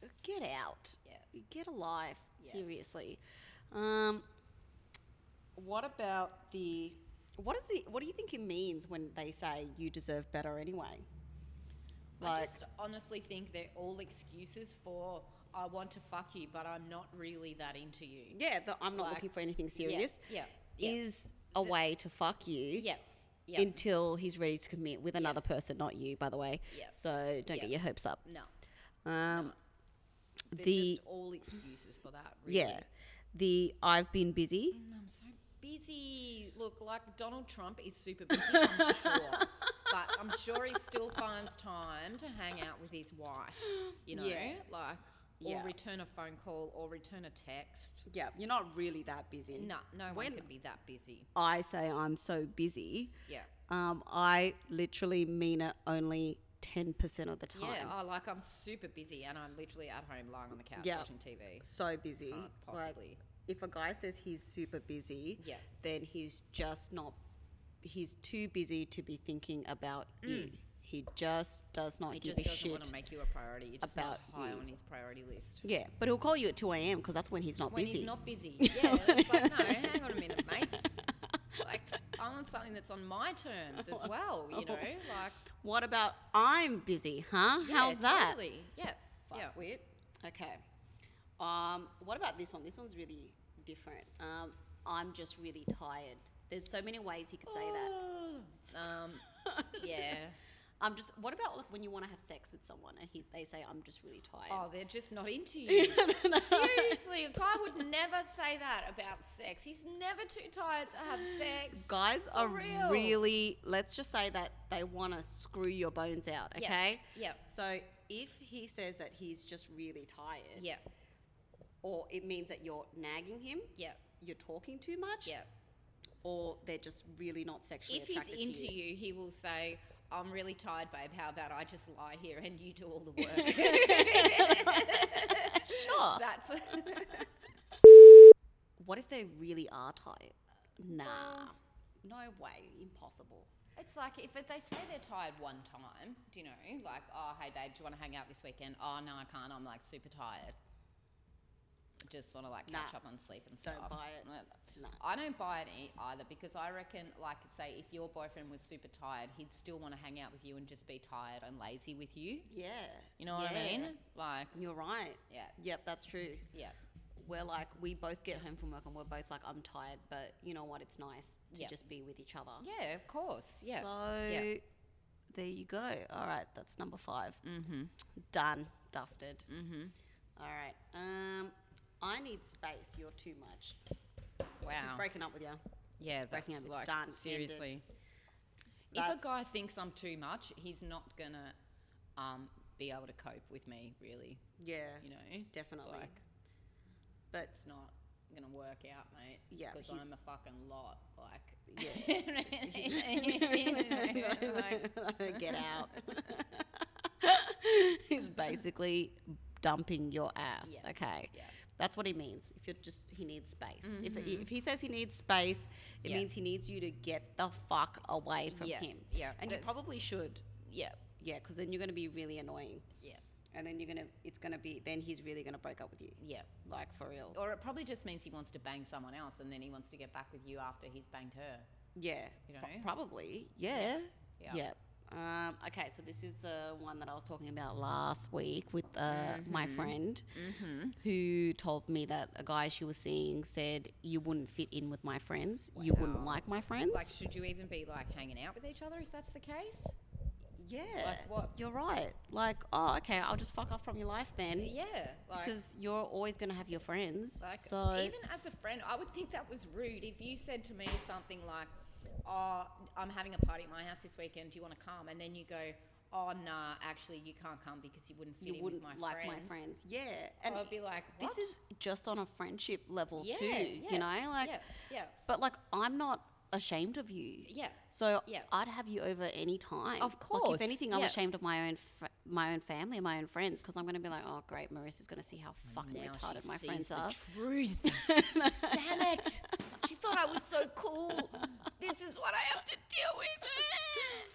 Speaker 2: g- get out.
Speaker 1: yeah.
Speaker 2: Get a life.
Speaker 1: Yeah.
Speaker 2: Seriously. Um, what about the. What is the? What do you think it means when they say you deserve better anyway?
Speaker 1: I
Speaker 2: Like,
Speaker 1: just honestly think they're all excuses for I want to fuck you, but I'm not really that into you.
Speaker 2: yeah, the, I'm not
Speaker 1: like-
Speaker 2: looking for anything serious.
Speaker 1: Yeah. Yeah. Yeah.
Speaker 2: Is a way to fuck you.
Speaker 1: Yeah. Yeah.
Speaker 2: Until he's ready to commit with another person, not you, by the way.
Speaker 1: Yeah.
Speaker 2: So don't
Speaker 1: Yeah.
Speaker 2: get your hopes up.
Speaker 1: no.
Speaker 2: Um,
Speaker 1: They're
Speaker 2: The-
Speaker 1: just all excuses for that. Really.
Speaker 2: yeah. The I've been busy.
Speaker 1: Mm, I'm so busy. Look, like Donald Trump is super busy, I'm
Speaker 2: *laughs*
Speaker 1: sure. But I'm sure he still finds time to hang out with his wife, you know?
Speaker 2: Yeah.
Speaker 1: Like, or
Speaker 2: Yeah.
Speaker 1: return a phone call or return a text.
Speaker 2: Yeah, you're not really that busy.
Speaker 1: No, no
Speaker 2: When-
Speaker 1: one can be that busy.
Speaker 2: I say I'm so busy.
Speaker 1: Yeah.
Speaker 2: Um, I literally mean it only 10% of the time.
Speaker 1: Yeah, I like I'm super busy and I'm literally at home lying on the couch
Speaker 2: Yeah.
Speaker 1: watching TV.
Speaker 2: So busy.
Speaker 1: Can't
Speaker 2: Like,
Speaker 1: possibly.
Speaker 2: if a guy says he's super busy,
Speaker 1: Yeah.
Speaker 2: then he's just not, he's too busy to be thinking about you. He Mm. just does not
Speaker 1: he
Speaker 2: give
Speaker 1: just
Speaker 2: a
Speaker 1: doesn't
Speaker 2: shit.
Speaker 1: want to make you a priority. You're just not
Speaker 2: about
Speaker 1: high
Speaker 2: you.
Speaker 1: on his priority list.
Speaker 2: yeah, but he'll call you at 2 a.m. because that's when he's not
Speaker 1: when
Speaker 2: busy.
Speaker 1: he's
Speaker 2: *laughs*
Speaker 1: not busy. Yeah, it's like, no, hang on a minute, mate. Like, I want something that's on my terms
Speaker 2: *laughs*
Speaker 1: as well, you know? Like,
Speaker 2: what about I'm busy, huh?
Speaker 1: yeah,
Speaker 2: How's that?
Speaker 1: Totally. Yeah. yeah.
Speaker 2: Fuckwit. Okay. Um, what about this one? This one's really different. Um, I'm just really tired. There's so many ways you could say that.
Speaker 1: *sighs* Um,
Speaker 2: *laughs*
Speaker 1: yeah.
Speaker 2: I'm just. What about like when you want to have sex with someone and he, they say I'm just really tired?
Speaker 1: Oh, they're just not into
Speaker 2: *laughs*
Speaker 1: you. Seriously, a guy would never say that about sex. He's never too tired to have sex.
Speaker 2: Guys are
Speaker 1: real.
Speaker 2: really. Let's just say that they want to screw your bones out.
Speaker 1: Yeah,
Speaker 2: Okay.
Speaker 1: yeah.
Speaker 2: So if he says that he's just really tired,
Speaker 1: Yeah,
Speaker 2: or it means that you're nagging him,
Speaker 1: yeah,
Speaker 2: you're talking too much,
Speaker 1: yeah.
Speaker 2: or they're just really not sexually
Speaker 1: If he's
Speaker 2: attracted to
Speaker 1: into
Speaker 2: you.
Speaker 1: you, he will say, I'm really tired, babe. How about I just lie here and you do all the work?
Speaker 2: *laughs* Sure.
Speaker 1: That's.
Speaker 2: What if they really are tired? Nah.
Speaker 1: Oh.
Speaker 2: No way. Impossible.
Speaker 1: *laughs* It's like if they say they're tired one time, do you know, like, oh, hey, babe, do you want to hang out this weekend? Oh, no, I can't. I'm like super tired. Just want to like
Speaker 2: Nah.
Speaker 1: catch up on sleep and stuff.
Speaker 2: Don't buy it. Nah.
Speaker 1: I don't buy it e- either because I reckon, like, say if your boyfriend was super tired, he'd still want to hang out with you and just be tired and lazy with you.
Speaker 2: Yeah.
Speaker 1: You know what I
Speaker 2: Yeah.
Speaker 1: mean? Like,
Speaker 2: You're right.
Speaker 1: yeah,
Speaker 2: Yep, that's true.
Speaker 1: yeah.
Speaker 2: where like we both get home from work and we're both like, I'm tired, but you know what? It's nice to
Speaker 1: Yeah.
Speaker 2: just be with each other.
Speaker 1: Yeah, of course. Yeah.
Speaker 2: So
Speaker 1: Yeah.
Speaker 2: there you go. All right, that's number 5 Mm-hmm. Done. Dusted.
Speaker 1: mm-hmm.
Speaker 2: All right. Um, I need space. You're too much. He's
Speaker 1: Wow.
Speaker 2: breaking up with you.
Speaker 1: yeah,
Speaker 2: breaking up.
Speaker 1: that's
Speaker 2: It's
Speaker 1: like
Speaker 2: done, ended.
Speaker 1: seriously. if
Speaker 2: That's-
Speaker 1: a guy thinks I'm too much, he's not gonna um, be able to cope with me. Really,
Speaker 2: Yeah,
Speaker 1: you know,
Speaker 2: definitely. *laughs*
Speaker 1: like-
Speaker 2: but
Speaker 1: it's not gonna work out, mate.
Speaker 2: Yeah,
Speaker 1: because
Speaker 2: he's-
Speaker 1: I'm a fucking lot. Like, *laughs*
Speaker 2: Yeah. *laughs*
Speaker 1: You know, like,
Speaker 2: Get out. *laughs* He's basically dumping your ass.
Speaker 1: Yeah.
Speaker 2: Okay.
Speaker 1: yeah.
Speaker 2: That's what he means. If you're just, he needs space. If, if he says he needs space, it
Speaker 1: Mm-hmm. Yeah.
Speaker 2: means he needs you to get the fuck away from
Speaker 1: Yeah,
Speaker 2: him.
Speaker 1: yeah,
Speaker 2: And you
Speaker 1: that's-
Speaker 2: probably should.
Speaker 1: Yeah.
Speaker 2: Yeah, because then you're going to be really annoying.
Speaker 1: Yeah.
Speaker 2: And then you're going to, it's going to be, then he's really going to break up with you.
Speaker 1: Yeah.
Speaker 2: Like for real.
Speaker 1: Or it probably just means he wants to bang someone else and then he wants to get back with you after he's banged her.
Speaker 2: Yeah.
Speaker 1: You
Speaker 2: pro-
Speaker 1: know?
Speaker 2: probably. Yeah.
Speaker 1: Yeah.
Speaker 2: Yeah. Um, okay, so this is the one that I was talking about last week with uh, my
Speaker 1: Mm-hmm.
Speaker 2: friend who told me that a guy she was seeing said, You wouldn't fit in with my friends. You wouldn't
Speaker 1: Wow.
Speaker 2: like my friends.
Speaker 1: Like, should you even be like hanging out with each other if that's the case?
Speaker 2: yeah.
Speaker 1: like what?
Speaker 2: You're right. Like, oh, okay, I'll just fuck off from your life then.
Speaker 1: Yeah. Like,
Speaker 2: Because you're always going to have your friends.
Speaker 1: Like,
Speaker 2: so,
Speaker 1: even as a friend, I would think that was rude if you said to me something like, "Oh, I'm having a party at my house this weekend. Do you want to come?" And then you go, "Oh, nah, actually, you can't come because you wouldn't fit
Speaker 2: you
Speaker 1: in
Speaker 2: wouldn't
Speaker 1: with my
Speaker 2: like
Speaker 1: friends."
Speaker 2: my friends. Yeah. And
Speaker 1: I would be like,
Speaker 2: this
Speaker 1: "What?"
Speaker 2: is just on a friendship level,
Speaker 1: Yeah,
Speaker 2: too.
Speaker 1: yeah,
Speaker 2: You know, like,
Speaker 1: yeah, yeah,
Speaker 2: But like, I'm not ashamed of you.
Speaker 1: yeah,
Speaker 2: So
Speaker 1: Yeah.
Speaker 2: I'd have you over any time.
Speaker 1: Of
Speaker 2: Like,
Speaker 1: course,
Speaker 2: if anything, I'm
Speaker 1: yeah.
Speaker 2: ashamed of my own fr- my own family and my own friends because I'm going to be like, oh great, Marissa's going to see how fucking
Speaker 1: Now she
Speaker 2: retarded my
Speaker 1: sees
Speaker 2: friends
Speaker 1: the
Speaker 2: are. *laughs*
Speaker 1: Truth. Damn it! She thought I was so cool. This is what I have to deal
Speaker 2: *laughs*
Speaker 1: with.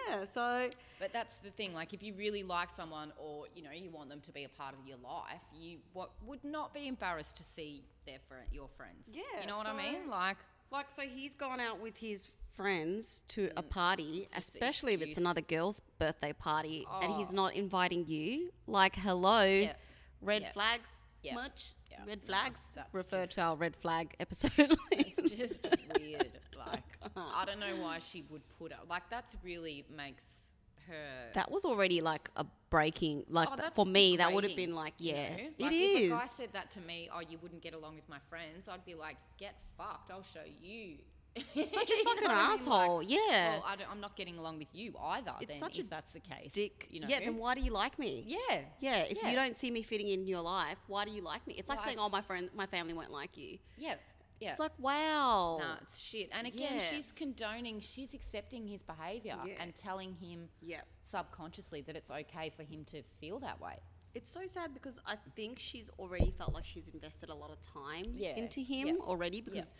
Speaker 2: yeah. So
Speaker 1: But that's the thing. Like, if you really like someone, or you know, you want them to be a part of your life, you what would not be embarrassed to see their friend, your friends.
Speaker 2: Yeah,
Speaker 1: you know what I
Speaker 2: so-
Speaker 1: mean. Like,
Speaker 2: like, so he's gone out with his friends to
Speaker 1: Mm.
Speaker 2: a party,
Speaker 1: just the
Speaker 2: especially if it's
Speaker 1: excuse.
Speaker 2: another girl's birthday party, and he's
Speaker 1: Oh.
Speaker 2: not inviting you. Like, hello,
Speaker 1: Yeah.
Speaker 2: red
Speaker 1: Yeah.
Speaker 2: flags.
Speaker 1: Yeah.
Speaker 2: Much
Speaker 1: Yeah.
Speaker 2: red
Speaker 1: No,
Speaker 2: flags.
Speaker 1: that's
Speaker 2: Refer
Speaker 1: just-
Speaker 2: to our red flag episode. *laughs*
Speaker 1: it's just weird. Like, I don't know why she would put up. Like, that's really makes her.
Speaker 2: that was already like a breaking like
Speaker 1: Oh, that's
Speaker 2: for me that would have
Speaker 1: degrading,
Speaker 2: been like
Speaker 1: you
Speaker 2: yeah
Speaker 1: know?
Speaker 2: it
Speaker 1: Like,
Speaker 2: is
Speaker 1: If a guy said that to me, oh, you wouldn't get along with my friends, I'd be like, get fucked. I'll show you.
Speaker 2: such a
Speaker 1: *laughs* You know
Speaker 2: fucking
Speaker 1: what I mean? Like,
Speaker 2: asshole yeah
Speaker 1: Well, I am not getting along with you either.
Speaker 2: It's
Speaker 1: then,
Speaker 2: such a
Speaker 1: if that's the case,
Speaker 2: dick
Speaker 1: You know.
Speaker 2: yeah then why do you like me
Speaker 1: yeah.
Speaker 2: yeah if
Speaker 1: Yeah.
Speaker 2: you don't see me fitting in your life why do you like me it's like
Speaker 1: Why-
Speaker 2: saying oh my friend my family won't like you
Speaker 1: Yeah. Yeah.
Speaker 2: it's like wow
Speaker 1: nah, it's shit. And again,
Speaker 2: Yeah.
Speaker 1: she's condoning, she's accepting his behavior
Speaker 2: Yeah.
Speaker 1: and telling him
Speaker 2: yeah
Speaker 1: subconsciously that it's okay for him to feel that way.
Speaker 2: it's so sad because I think she's already felt like she's invested a lot of time
Speaker 1: Yeah,
Speaker 2: into him
Speaker 1: yeah,
Speaker 2: already because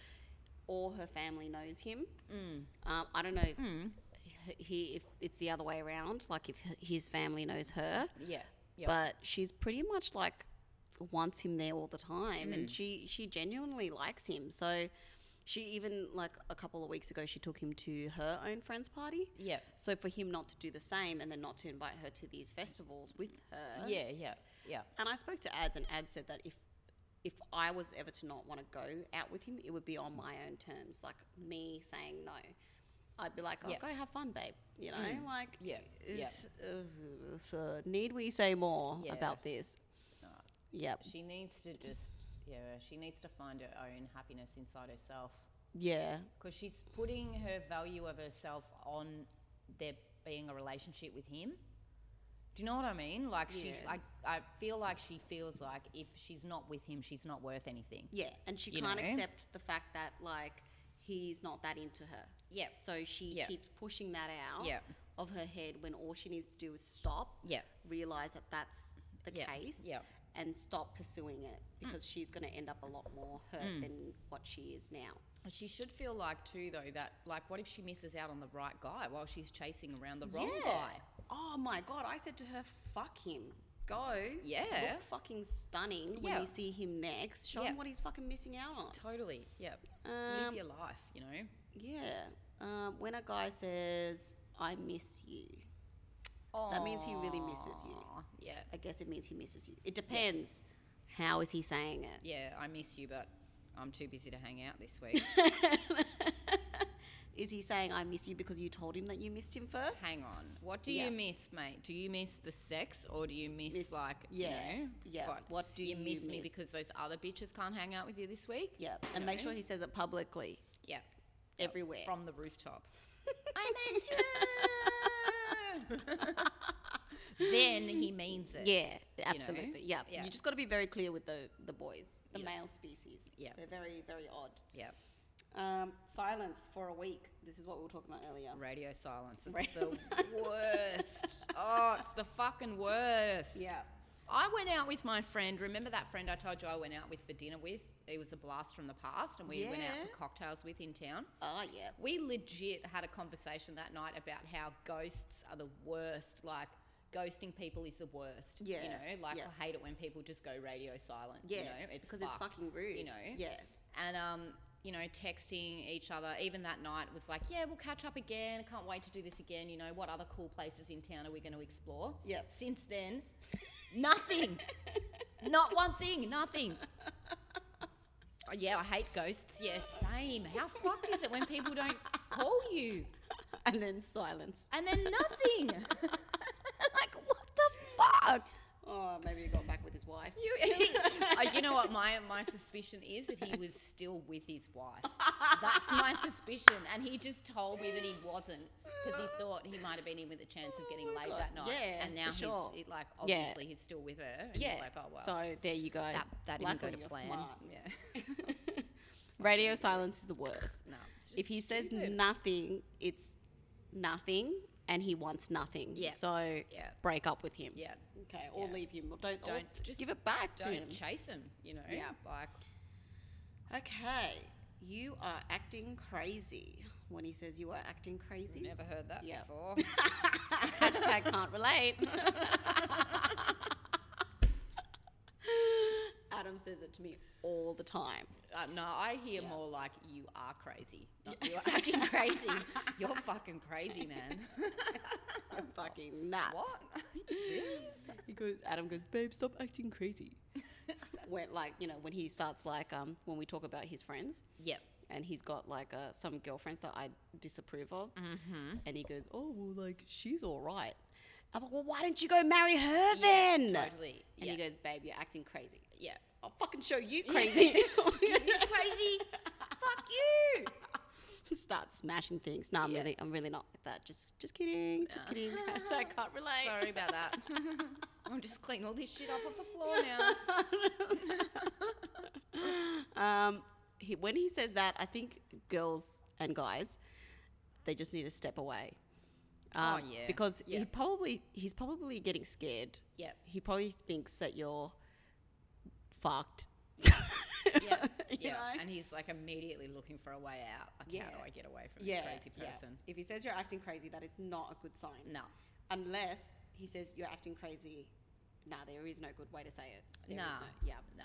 Speaker 2: all her family knows him.
Speaker 1: Mm.
Speaker 2: Um, I don't know if
Speaker 1: Hmm.
Speaker 2: h- he if it's the other way around, like if h- his family knows her,
Speaker 1: Yeah. Yeah.
Speaker 2: but she's pretty much like wants him there all the time, and she she genuinely likes him. So she even like a couple of weeks ago, she took him to her own friend's party.
Speaker 1: yeah.
Speaker 2: So for him not to do the same and then not to invite her to these festivals with her,
Speaker 1: Yeah. Yeah. Yeah.
Speaker 2: and I spoke to Ads, and Ads said that if if I was ever to not want to go out with him, it would be on my own terms, like me saying no. I'd be like, "Oh,
Speaker 1: Yeah. Mm.
Speaker 2: go have fun, babe." You know, like,
Speaker 1: Yeah, yeah.
Speaker 2: it's- uh, uh, need we say more
Speaker 1: Yeah.
Speaker 2: about this?
Speaker 1: No.
Speaker 2: Yep.
Speaker 1: She needs to just, yeah, she needs to find her own happiness inside herself
Speaker 2: Yeah.
Speaker 1: because she's putting her value of herself on there being a relationship with him. Do you know what I mean? Like she,
Speaker 2: Yeah.
Speaker 1: like I feel like she feels like if she's not with him, she's not worth anything.
Speaker 2: Yeah, and she
Speaker 1: You
Speaker 2: can't
Speaker 1: know?
Speaker 2: accept the fact that like he's not that into her.
Speaker 1: Yeah.
Speaker 2: So she
Speaker 1: Yeah.
Speaker 2: keeps pushing that out
Speaker 1: Yeah.
Speaker 2: of her head when all she needs to do is stop.
Speaker 1: Yeah.
Speaker 2: Realize that that's the
Speaker 1: Yeah.
Speaker 2: case.
Speaker 1: Yeah.
Speaker 2: And stop pursuing it
Speaker 1: Mm.
Speaker 2: because she's going to end up a lot more hurt than what she is now.
Speaker 1: And She should feel like too though that like what if she misses out on the right guy while she's chasing around the wrong guy?
Speaker 2: Oh my god! I said to her, "Fuck him." Go.
Speaker 1: Yeah.
Speaker 2: Look fucking stunning when
Speaker 1: Yeah.
Speaker 2: you see him next. Show
Speaker 1: Yeah.
Speaker 2: him what he's fucking missing out on.
Speaker 1: Totally. Yeah.
Speaker 2: Um,
Speaker 1: Live your life, you know.
Speaker 2: Yeah. Um, when a guy says, I miss you, that means he really misses you.
Speaker 1: Aw, Yeah.
Speaker 2: I guess it means he misses you. It depends How is he saying it?
Speaker 1: Yeah, I miss you, but I'm too busy to hang out
Speaker 2: *laughs*
Speaker 1: this week.
Speaker 2: is he saying I miss you because you told him that you missed him first?
Speaker 1: Hang on. What do
Speaker 2: Yeah.
Speaker 1: you miss, mate? Do you miss the sex or do you miss,
Speaker 2: Miss-
Speaker 1: like,
Speaker 2: yeah,
Speaker 1: you know,
Speaker 2: yeah.
Speaker 1: God,
Speaker 2: What do you
Speaker 1: you, miss, me
Speaker 2: miss?
Speaker 1: because those other bitches can't hang out with you this week?
Speaker 2: Yeah, and make sure he says it publicly
Speaker 1: Yeah.
Speaker 2: everywhere.
Speaker 1: From the rooftop.
Speaker 2: *laughs*
Speaker 1: I miss you. *laughs* then he means it.
Speaker 2: yeah, absolutely. yeah.
Speaker 1: Yeah.
Speaker 2: you just got to be very clear with the the boys, the
Speaker 1: Yeah.
Speaker 2: male species.
Speaker 1: Yeah.
Speaker 2: they're very very odd.
Speaker 1: Yeah.
Speaker 2: Um, silence for a week. This is what we were talking about earlier.
Speaker 1: Radio silence. It's
Speaker 2: Radio
Speaker 1: the worst. Oh, it's the fucking worst.
Speaker 2: Yeah.
Speaker 1: I went out with my friend. Remember that friend I told you I went out with for dinner with? It was a blast from the past, and we went
Speaker 2: Yeah.
Speaker 1: out for cocktails with in town.
Speaker 2: Oh yeah.
Speaker 1: We legit had a conversation that night about how ghosts are the worst. Like, ghosting people is the worst.
Speaker 2: Yeah,
Speaker 1: You know, like,
Speaker 2: yeah.
Speaker 1: I hate it when people just go radio silent.
Speaker 2: Yeah,
Speaker 1: You know, it's
Speaker 2: because it's
Speaker 1: fucked
Speaker 2: fucking rude.
Speaker 1: you know.
Speaker 2: Yeah.
Speaker 1: and um, you know, texting each other. Even that night was like, yeah, we'll catch up again. Can't wait to do this again. You know, what other cool places in town are we going to explore?
Speaker 2: Yep.
Speaker 1: Since then, *laughs* nothing. Not one thing. Nothing. *laughs* Oh, yeah, I hate ghosts. Yeah, same. How fucked is it when people don't call you
Speaker 2: *laughs* And then silence.
Speaker 1: and then *laughs*
Speaker 2: *laughs*
Speaker 1: nothing? like, what the fuck?
Speaker 2: Oh, maybe he got back with his wife. *laughs*
Speaker 1: You, Uh, you know what my my suspicion is that he was still with his wife.
Speaker 2: *laughs*
Speaker 1: That's my suspicion, and he just told me that he wasn't because he thought he might have been in with a chance of getting laid
Speaker 2: Oh God.
Speaker 1: that night.
Speaker 2: Yeah,
Speaker 1: and now
Speaker 2: for
Speaker 1: he's
Speaker 2: sure.
Speaker 1: he- like
Speaker 2: Yeah.
Speaker 1: obviously he's still with her. And
Speaker 2: yeah.
Speaker 1: he's like oh well.
Speaker 2: So there you go.
Speaker 1: that, that didn't go
Speaker 2: Luckily
Speaker 1: to
Speaker 2: you're
Speaker 1: plan.
Speaker 2: smart.
Speaker 1: Yeah.
Speaker 2: *laughs* Radio silence is the worst.
Speaker 1: No. it's
Speaker 2: if
Speaker 1: just
Speaker 2: he says
Speaker 1: stupid.
Speaker 2: nothing, it's nothing, and he wants nothing.
Speaker 1: Yeah.
Speaker 2: So
Speaker 1: Yeah.
Speaker 2: break up with him.
Speaker 1: yeah,
Speaker 2: Okay. Or
Speaker 1: Yeah.
Speaker 2: leave him. Or don't. Don't.
Speaker 1: Don't- just
Speaker 2: give it back to him.
Speaker 1: don't chase him. You know,
Speaker 2: Yeah.
Speaker 1: like
Speaker 2: Okay. You are acting crazy. When he says you are acting crazy.
Speaker 1: never heard that
Speaker 2: Yeah. *laughs*
Speaker 1: before.
Speaker 2: Hashtag can't relate. Adam says it to me all the time.
Speaker 1: Uh, no, I hear
Speaker 2: Yeah.
Speaker 1: more like you are crazy. Not you are acting crazy. *laughs* You're fucking crazy, man.
Speaker 2: I'm fucking nuts.
Speaker 1: what?
Speaker 2: He goes, Adam goes, babe, stop acting crazy. *laughs* when like you know when he starts like um when we talk about his friends
Speaker 1: yep.
Speaker 2: and he's got like uh, some girlfriends that I disapprove of, and he goes, oh well like she's all right. I'm like, well why don't you go marry her
Speaker 1: Yeah,
Speaker 2: then?
Speaker 1: totally.
Speaker 2: And
Speaker 1: Yeah.
Speaker 2: he goes, babe, you're acting crazy.
Speaker 1: Yeah.
Speaker 2: I'll fucking show you crazy. *laughs*
Speaker 1: you crazy. Fuck you.
Speaker 2: Start smashing things. No, I'm
Speaker 1: Yeah.
Speaker 2: really, I'm really not like that. Just, just kidding. Just kidding. *laughs* Hashtag Uh-huh. can't *laughs* relate.
Speaker 1: Sorry about that. I'll just clean all this shit up off the floor now.
Speaker 2: *laughs* Um, he, when he says that, I think girls and guys, they just need to step away. Um,
Speaker 1: Oh, yeah.
Speaker 2: Because
Speaker 1: Yeah.
Speaker 2: he probably he's probably getting scared.
Speaker 1: Yep.
Speaker 2: He probably thinks that you're fucked. *laughs*
Speaker 1: Yeah.
Speaker 2: You
Speaker 1: yeah.
Speaker 2: know?
Speaker 1: And he's like immediately looking for a way out. Like,
Speaker 2: Yeah.
Speaker 1: How do I get away from
Speaker 2: yeah.
Speaker 1: this crazy
Speaker 2: yeah.
Speaker 1: person?
Speaker 2: If he says you're acting crazy, that is not a good sign.
Speaker 1: No.
Speaker 2: Unless he says you're acting crazy. Nah, there is no good way to say it. There is
Speaker 1: Nah.
Speaker 2: no- yeah.
Speaker 1: No.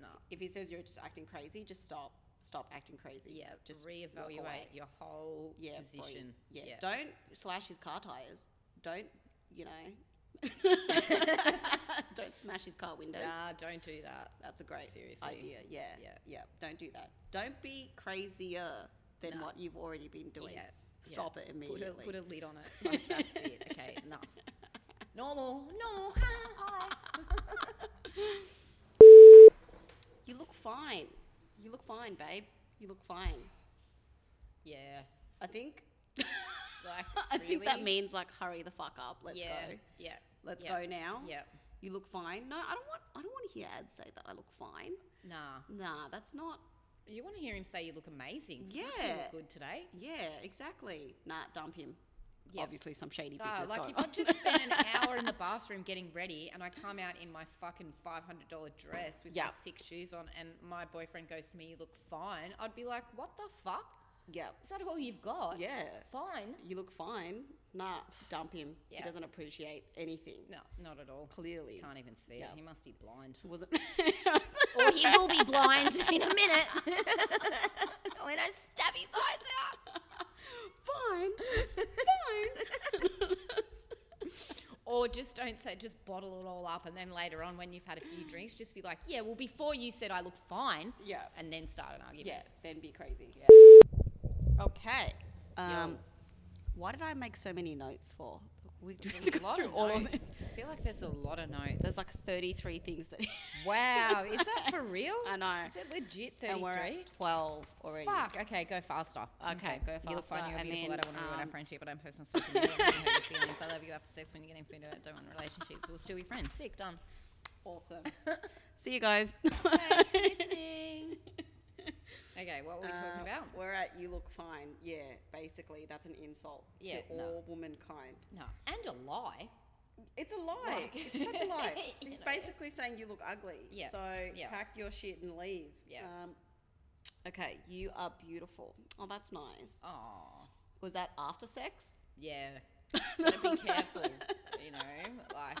Speaker 1: No.
Speaker 2: If he says you're just acting crazy, just stop. Stop acting crazy.
Speaker 1: Yeah.
Speaker 2: Just
Speaker 1: Just
Speaker 2: walk
Speaker 1: reevaluate
Speaker 2: away.
Speaker 1: your whole
Speaker 2: yeah, body.
Speaker 1: position.
Speaker 2: Yeah. Don't slash his car tires. Don't, you
Speaker 1: *laughs*
Speaker 2: know, don't smash his car windows.
Speaker 1: Nah, don't do that.
Speaker 2: That's a great
Speaker 1: Seriously.
Speaker 2: idea. Yeah.
Speaker 1: Yeah.
Speaker 2: Yeah. Don't do that. Don't be crazier than
Speaker 1: No.
Speaker 2: what you've already been doing.
Speaker 1: Yeah.
Speaker 2: Stop it
Speaker 1: Put a,
Speaker 2: immediately.
Speaker 1: put a lid on it. Like, *laughs* that's it. Okay, *laughs* enough. Normal, normal. *laughs* Hi.
Speaker 2: you look fine. You look fine, babe. You look fine.
Speaker 1: yeah.
Speaker 2: I think. *laughs*
Speaker 1: *laughs* Like,
Speaker 2: I think that
Speaker 1: really?
Speaker 2: means like hurry the fuck up. Let's
Speaker 1: yeah.
Speaker 2: go.
Speaker 1: Yeah.
Speaker 2: Let's
Speaker 1: yeah.
Speaker 2: go now.
Speaker 1: Yeah.
Speaker 2: You look fine. No, I don't want. I don't want to hear ads say that I look fine.
Speaker 1: Nah.
Speaker 2: Nah, that's not.
Speaker 1: You want to hear him say you look amazing? Fuck, You
Speaker 2: Yeah.
Speaker 1: look good today.
Speaker 2: Yeah, exactly. Nah, dump him.
Speaker 1: Yeah.
Speaker 2: Obviously, some shady business
Speaker 1: Ah, like
Speaker 2: going
Speaker 1: if
Speaker 2: on.
Speaker 1: I just *laughs*
Speaker 2: *laughs*
Speaker 1: spent an hour in the bathroom getting ready and I come out in my fucking five hundred dollar dress with
Speaker 2: Yeah.
Speaker 1: my six shoes on and my boyfriend goes to me, You look fine, I'd be like, What the fuck?
Speaker 2: yep.
Speaker 1: Is that all you've got?
Speaker 2: Yeah.
Speaker 1: Fine.
Speaker 2: You look fine. Nah, dump him. He
Speaker 1: Yeah.
Speaker 2: doesn't appreciate anything.
Speaker 1: No, not at all.
Speaker 2: Clearly,
Speaker 1: Can't even see
Speaker 2: Yeah.
Speaker 1: it. He must be blind.
Speaker 2: It wasn't. *laughs*
Speaker 1: or he will be blind in a minute when I stab his eyes out.
Speaker 2: *laughs* fine. fine.
Speaker 1: Or just don't say, just bottle it all up. And then later on, when you've had a few drinks, just be like, yeah, well, before you said I look fine.
Speaker 2: Yeah.
Speaker 1: And then start an argument.
Speaker 2: Yeah, then be crazy. Yeah. Okay. Um, why did I make so many notes for? We have to
Speaker 1: There's a
Speaker 2: go
Speaker 1: lot
Speaker 2: through
Speaker 1: of
Speaker 2: all of
Speaker 1: notes.
Speaker 2: this.
Speaker 1: I feel like there's a lot of notes.
Speaker 2: There's like 33 things that. *laughs*
Speaker 1: wow, is that for real?
Speaker 2: I know.
Speaker 1: Is it legit
Speaker 2: and we're
Speaker 1: 33?
Speaker 2: at 12 already.
Speaker 1: Fuck. Okay, go faster.
Speaker 2: Okay, go
Speaker 1: You look fine.
Speaker 2: faster,
Speaker 1: You're
Speaker 2: and
Speaker 1: beautiful.
Speaker 2: then,
Speaker 1: I don't want to ruin
Speaker 2: um,
Speaker 1: our friendship, but I'm personal social media. I don't wanna hurt your feelings. I love you after sex when you get infinite. I don't want relationships. We'll still be friends. Sick. Done.
Speaker 2: *laughs* Awesome. See you guys.
Speaker 1: *laughs* *laughs* Thanks for listening. Okay, what were we talking
Speaker 2: Uh,
Speaker 1: about?
Speaker 2: We're at you look fine. Yeah, basically that's an insult
Speaker 1: Yeah,
Speaker 2: to
Speaker 1: no.
Speaker 2: all womankind.
Speaker 1: No, and a lie.
Speaker 2: It's a lie.
Speaker 1: Like-
Speaker 2: it's such a lie.
Speaker 1: *laughs* You
Speaker 2: He's
Speaker 1: know.
Speaker 2: basically saying you look ugly.
Speaker 1: Yeah,
Speaker 2: So
Speaker 1: yeah.
Speaker 2: pack your shit and leave.
Speaker 1: Yeah.
Speaker 2: Um, okay, you are beautiful. Oh, that's nice.
Speaker 1: Oh,
Speaker 2: Was that after sex?
Speaker 1: yeah. *laughs* Gotta be careful. You know, like,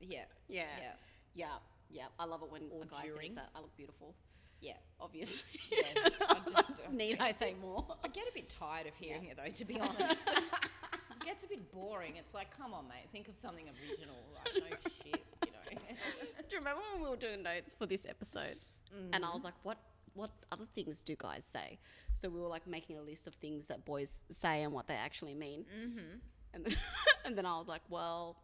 Speaker 1: yeah,
Speaker 2: Yeah.
Speaker 1: yeah,
Speaker 2: Yeah. Yeah. I love it when
Speaker 1: Or
Speaker 2: a guy
Speaker 1: during.
Speaker 2: says that. I look beautiful.
Speaker 1: yeah. *laughs*
Speaker 2: Obviously.
Speaker 1: Yeah, I just-
Speaker 2: Need I say more?
Speaker 1: I get a bit tired of hearing it though, to be honest. *laughs* it gets a bit boring. It's like, come on, mate, think of something original. Like, *laughs* no shit, you know.
Speaker 2: *laughs* Do you remember when we were doing notes for this episode? And I was like, what what other things do guys say? So we were like making a list of things that boys say and what they actually mean. Mm-hmm. And then, *laughs* and then I was like, well,